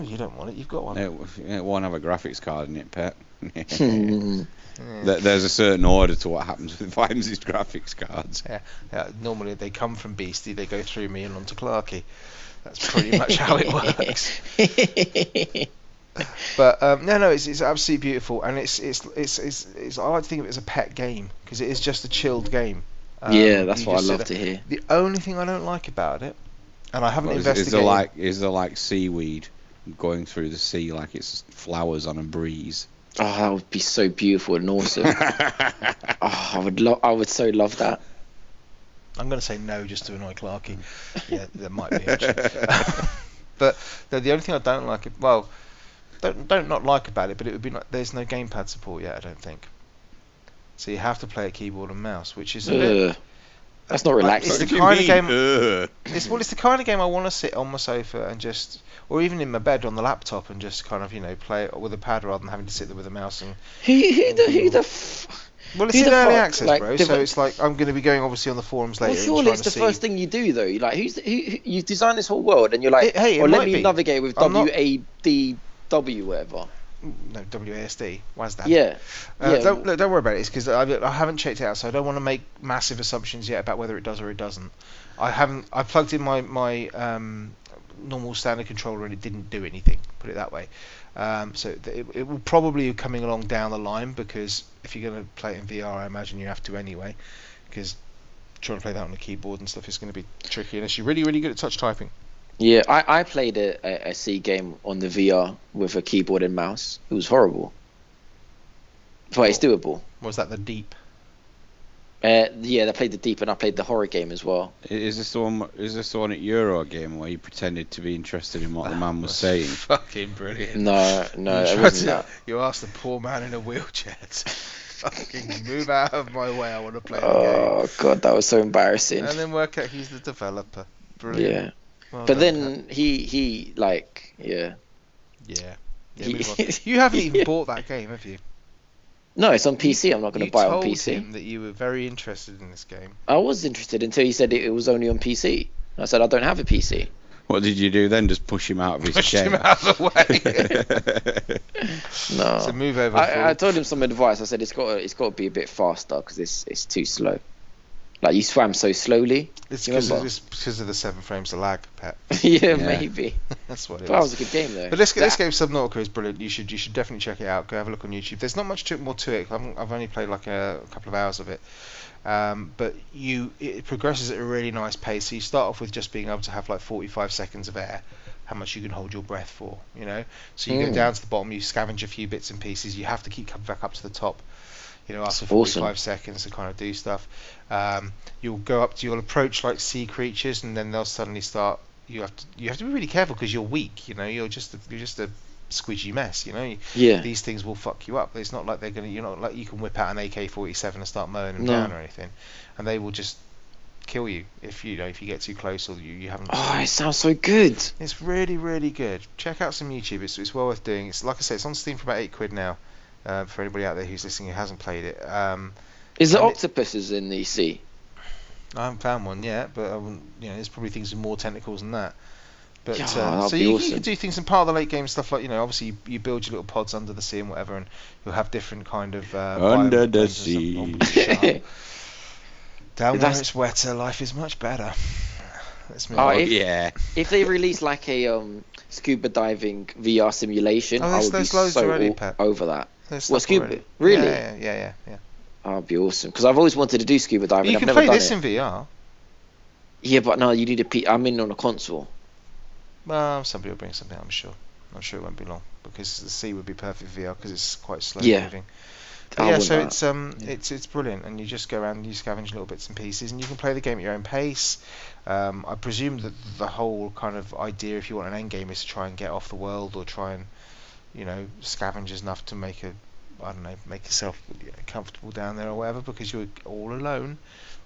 Speaker 2: you don't want it. You've got one.
Speaker 4: It, it won't have a graphics card in it, pet. There-
Speaker 3: Hmm.
Speaker 2: Yeah.
Speaker 4: There's a certain order to what happens with Vimes's graphics cards.
Speaker 2: Yeah, normally they come from Beastie, they go through me and onto Clarky. That's pretty much how it works. But um, no, no, it's, it's absolutely beautiful, and it's it's, it's it's it's I like to think of it as a pet game because it is just a chilled game. Um,
Speaker 3: yeah, that's
Speaker 2: you
Speaker 3: what I
Speaker 2: just sit
Speaker 3: love
Speaker 2: there-
Speaker 3: to hear.
Speaker 2: The only thing I don't like about it, and I haven't
Speaker 4: What is, it- is
Speaker 2: investigated.
Speaker 4: there like is there like seaweed going through the sea like it's flowers on a breeze?
Speaker 3: Oh, that would be so beautiful and awesome. oh, I would love. I would so love that.
Speaker 2: I'm going to say no just to annoy Clarky.
Speaker 3: Mm.
Speaker 2: Yeah, there might be. a ch- but no, the only thing I don't like, well, don't don't not like about it, but it would be like there's no gamepad support yet. I don't think. So you have to play a keyboard and mouse, which is a bit,
Speaker 3: Ugh. That's not relaxing.
Speaker 2: It's the
Speaker 4: What do you
Speaker 2: kind of
Speaker 4: mean? uh? Ugh.
Speaker 2: it's well, it's the kind of game I want to sit on my sofa and just, or even in my bed on the laptop and just kind of you know play it with a pad rather than having to sit there with a mouse and.
Speaker 3: Who, who the who
Speaker 2: Mm.
Speaker 3: the f-
Speaker 2: Well, it's
Speaker 3: Who
Speaker 2: in
Speaker 3: the
Speaker 2: early
Speaker 3: fuck,
Speaker 2: access,
Speaker 3: like,
Speaker 2: bro.
Speaker 3: the-
Speaker 2: So it's like I'm going to be going obviously on the forums later.
Speaker 3: well,
Speaker 2: and
Speaker 3: surely
Speaker 2: trying
Speaker 3: it's
Speaker 2: to
Speaker 3: the
Speaker 2: see-
Speaker 3: first thing you do though. Like who's the, who, who you design this whole world and you're like,
Speaker 2: It- hey, it
Speaker 3: or let
Speaker 2: might
Speaker 3: me
Speaker 2: be.
Speaker 3: navigate with
Speaker 2: I'm not-
Speaker 3: W A D W whatever.
Speaker 2: Mm, No, WASD. Why's that?
Speaker 3: Yeah,
Speaker 2: Uh,
Speaker 3: yeah.
Speaker 2: Don't, look, don't worry about it. It's because I, I haven't checked it out, so I don't want to make massive assumptions yet about whether it does or it doesn't. I haven't. I plugged in my my um, normal standard controller and it didn't do anything. Put it that way. Um, so th- it, it will probably be coming along down the line because if you're going to play it in VR, I imagine you have to anyway. Because trying to play that on a keyboard and stuff is going to be tricky unless you're really really good at touch typing.
Speaker 3: Yeah, I, I played a, a, a C game on the VR with a keyboard and mouse. It was horrible. But it's doable.
Speaker 2: Was that the deep?
Speaker 3: Uh, yeah, I played the deep and I played the horror game as well.
Speaker 4: Is this the one? Is this the one at Eurogame where you pretended to be interested in what the man was saying?
Speaker 2: Fucking brilliant.
Speaker 3: No, no,
Speaker 2: you,
Speaker 3: it
Speaker 2: tried
Speaker 3: wasn't
Speaker 2: to-
Speaker 3: that.
Speaker 2: you asked the poor man in a wheelchair to fucking move out of my way. I want to play the
Speaker 3: Oh god, that was so
Speaker 2: game.
Speaker 3: embarrassing.
Speaker 2: And then work out who's the developer. Brilliant.
Speaker 3: Yeah,
Speaker 2: Well done, Pat.
Speaker 3: but then he he like yeah.
Speaker 2: yeah.
Speaker 3: he-
Speaker 2: Yeah, move on. You haven't even bought that game, have you?
Speaker 3: No, it's on PC. I'm not going
Speaker 2: you
Speaker 3: to buy it on
Speaker 2: told
Speaker 3: PC.
Speaker 2: him that you were very interested in this game.
Speaker 3: I was interested until he said it, it was only on PC. I said I don't have a PC.
Speaker 4: What did you do then? Just push him out of his
Speaker 2: Pushed
Speaker 4: chair.
Speaker 2: him out of the way.
Speaker 3: No.
Speaker 2: so move over.
Speaker 3: Oh. I, I
Speaker 2: fool.
Speaker 3: told him some advice. I said it's got it's got to be a bit faster because it's it's too slow. Like you swam so slowly.
Speaker 2: it's
Speaker 3: you
Speaker 2: because of,
Speaker 3: remember?
Speaker 2: it's 'cause of the seven frames of lag, Pat.
Speaker 3: yeah,
Speaker 4: Yeah.
Speaker 3: maybe.
Speaker 2: That's what it
Speaker 3: But that
Speaker 2: is.
Speaker 3: was a good game though.
Speaker 2: But this,
Speaker 3: That-
Speaker 2: this game Subnautica is brilliant. You should you should definitely check it out. Go have a look on YouTube. There's not much to, more to it. I'm, I've only played like a, couple of hours of it. Um, but you it progresses at a really nice pace. So you start off with just being able to have like 45 seconds of air, how much you can hold your breath for, you know. So you go
Speaker 3: Mm.
Speaker 2: down to the bottom, you scavenge a few bits and pieces. You have to keep coming back up to the top. You know, after
Speaker 3: That's
Speaker 2: 45
Speaker 3: awesome.
Speaker 2: seconds to kind of do stuff. Um, you'll go up to you'll approach like sea creatures, and then they'll suddenly start. You have to you have to be really careful because you're weak. You know, you're just a, you're just a squidgy mess. You know, You-
Speaker 3: yeah.
Speaker 2: these things will fuck you up. It's not like they're gonna. You're not like you can whip out an AK-47 and start mowing them
Speaker 3: No.
Speaker 2: down or anything, and they will just kill you if you, you know if you get too close or you, you haven't.
Speaker 3: Oh, it sounds so good.
Speaker 2: It's really really good. Check out some YouTube. It's it's well worth doing. It's like I said, it's on Steam for about eight quid now. Uh, for anybody out there who's listening who hasn't played it, um,
Speaker 3: Is there
Speaker 2: And it-
Speaker 3: octopuses in the sea?
Speaker 2: I haven't found one yet, but I wouldn't, you know, there's probably things with more tentacles than that. But
Speaker 3: Yeah,
Speaker 2: uh,
Speaker 3: that'd
Speaker 2: so
Speaker 3: be
Speaker 2: you, you
Speaker 3: awesome.
Speaker 2: can do things in part of the late game stuff like you know, obviously you, you build your little pods under the sea and whatever, and you'll have different kind of uh,
Speaker 4: Under
Speaker 2: biomes
Speaker 4: the
Speaker 2: and stuff. Oh,
Speaker 4: sea.
Speaker 2: shut up. Down where
Speaker 3: That's-
Speaker 2: it's wetter, life is much better. Let's move
Speaker 3: Oh,
Speaker 4: oh,
Speaker 2: on.
Speaker 3: if-
Speaker 4: yeah.
Speaker 3: if they release like a um scuba diving VR simulation,
Speaker 2: Oh,
Speaker 3: I
Speaker 2: there's-
Speaker 3: would be
Speaker 2: there's loads
Speaker 3: so
Speaker 2: already,
Speaker 3: all-
Speaker 2: Pat.
Speaker 3: over that.
Speaker 2: There's
Speaker 3: Well,
Speaker 2: stuff
Speaker 3: scuba-
Speaker 2: already.
Speaker 3: really?
Speaker 2: Yeah, yeah, yeah. yeah.
Speaker 3: I'd be awesome because I've always wanted to do scuba diving.
Speaker 2: you
Speaker 3: I've
Speaker 2: can
Speaker 3: never
Speaker 2: play
Speaker 3: done
Speaker 2: this
Speaker 3: it.
Speaker 2: in VR.
Speaker 3: Yeah, but no, you need a P. I'm in on a console.
Speaker 2: Well, somebody will bring something, I'm sure. I'm sure it won't be long because the C would be perfect for VR because it's quite slow
Speaker 3: Yeah.
Speaker 2: moving. But
Speaker 3: I
Speaker 2: yeah,
Speaker 3: want
Speaker 2: so
Speaker 3: that.
Speaker 2: it's um
Speaker 3: Yeah.
Speaker 2: it's it's brilliant, and you just go around and you scavenge little bits and pieces, and you can play the game at your own pace. Um, I presume that the whole kind of idea, if you want an end game, is to try and get off the world or try and you know scavenge enough to make a I don't know make yourself comfortable down there or whatever because you're all alone.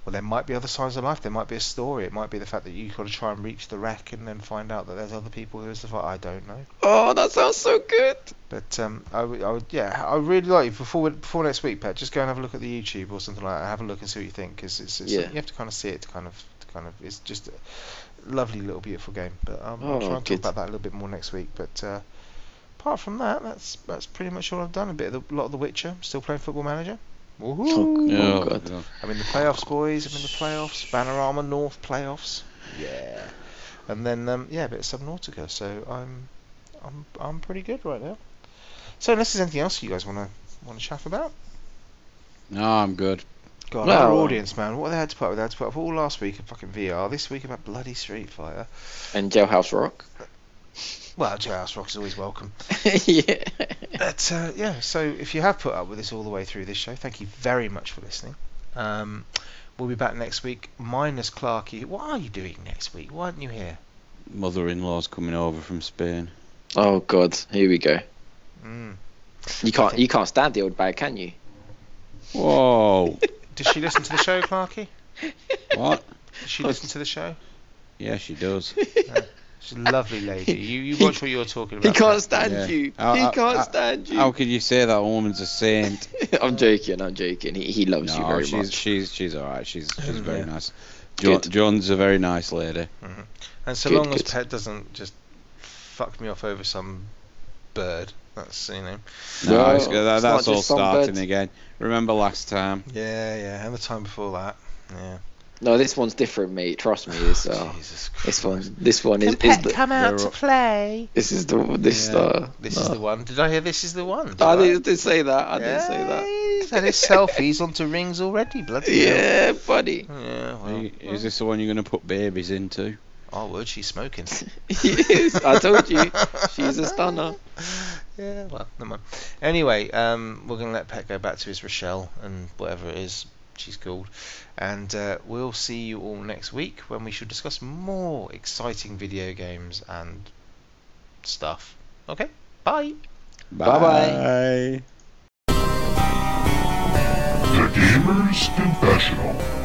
Speaker 2: Well, there might be other signs of life. There might be a story. It might be the fact that you've got to try and reach the wreck and then find out that there's other people who is the fi- I don't know.
Speaker 3: Oh, that sounds so good.
Speaker 2: But um, I would, I would, yeah, I would really like you before we- before next week, Pat. Just go and have a look at the YouTube or something like that. Have a look and see what you think, because it's, it's
Speaker 3: Yeah.
Speaker 2: you have to kind of see it to kind of to kind of it's just a lovely little beautiful game. But um, I'll
Speaker 3: Oh,
Speaker 2: try and talk
Speaker 3: good.
Speaker 2: about that a little bit more next week. But uh, apart from that, that's that's pretty much all I've done. A bit of the, a lot of The Witcher. Still playing Football Manager. Woohoo!
Speaker 3: Yeah.
Speaker 4: Oh,
Speaker 3: Oh, God.
Speaker 4: God.
Speaker 2: I'm in the playoffs, boys. I'm in the playoffs. Panorama North playoffs. Yeah. And then um, yeah, a bit of Subnautica. So I'm I'm I'm pretty good right now. So unless there's anything else you guys want to want to chaff about,
Speaker 4: No, I'm good.
Speaker 2: God,
Speaker 3: Well-
Speaker 2: our audience, man, what they had to put up with, they had to put up with all last week of fucking VR. This week about bloody Street Fighter.
Speaker 3: And Jailhouse Rock.
Speaker 2: Well, Jailhouse Rock is always welcome.
Speaker 3: yeah.
Speaker 2: But uh, yeah, so if you have put up with us all the way through this show, thank you very much for listening. Um, we'll be back next week, minus Clarky. What are you doing next week? Why aren't you here?
Speaker 4: Mother-in-law's coming over from Spain.
Speaker 3: Oh God, here we go.
Speaker 2: Mm.
Speaker 3: You can't you can't stand the old bag, can you?
Speaker 4: Whoa!
Speaker 2: Does she listen to the show, Clarky?
Speaker 4: what?
Speaker 2: Does she listen to the show?
Speaker 4: Yeah, she does.
Speaker 2: She's a lovely lady. You, you watch what you're talking
Speaker 3: He
Speaker 2: about.
Speaker 3: can't stand
Speaker 4: Yeah.
Speaker 3: you.
Speaker 4: How-
Speaker 3: he
Speaker 4: how-
Speaker 3: can't
Speaker 4: how-
Speaker 3: stand you.
Speaker 4: How could you say that woman's a saint?
Speaker 3: I'm joking. I'm joking. He, he loves you
Speaker 4: No,
Speaker 3: very
Speaker 4: she's
Speaker 3: much.
Speaker 4: she's she's all right. She's she's very
Speaker 2: Yeah.
Speaker 4: nice. Jo-
Speaker 3: Good.
Speaker 4: John's a very nice lady.
Speaker 2: And so
Speaker 3: Good,
Speaker 2: long as
Speaker 3: good.
Speaker 2: Pet doesn't just fuck me off over some bird. That's you know.
Speaker 4: No,
Speaker 3: Well,
Speaker 4: it's, that,
Speaker 3: it's
Speaker 4: that's
Speaker 3: not
Speaker 4: all
Speaker 3: just some birds.
Speaker 4: starting again. Remember last time?
Speaker 2: Yeah, yeah. And the time before that. Yeah. Oh,
Speaker 3: No, this one's different, mate. Trust me. It's, uh,
Speaker 2: Jesus Christ.
Speaker 3: this one. This one is, is the.
Speaker 2: come
Speaker 4: out to
Speaker 2: play.
Speaker 3: This is the. This.
Speaker 4: Yeah.
Speaker 3: Uh,
Speaker 2: This
Speaker 3: no.
Speaker 2: is the one. Did I hear this is the one? Did
Speaker 3: I didn't, didn't say that. I didn't say
Speaker 2: Yeah,
Speaker 3: that.
Speaker 2: He's had his selfies onto rings already. Bloody hell.
Speaker 3: Yeah, buddy.
Speaker 2: Yeah.
Speaker 4: Are
Speaker 2: Well,
Speaker 4: you- Is this the one you're going to put babies into?
Speaker 2: I would. She's smoking.
Speaker 3: Yes, I told you. She's a stunner.
Speaker 2: Yeah, well, never mind. Anyway, um, we're going to let Pet go back to his Rochelle and whatever it is she's called. And uh, we'll see you all next week when we shall discuss more exciting video games and stuff. Okay, bye.
Speaker 3: Bye-bye.
Speaker 4: Bye.
Speaker 5: The Gamer's Confessional.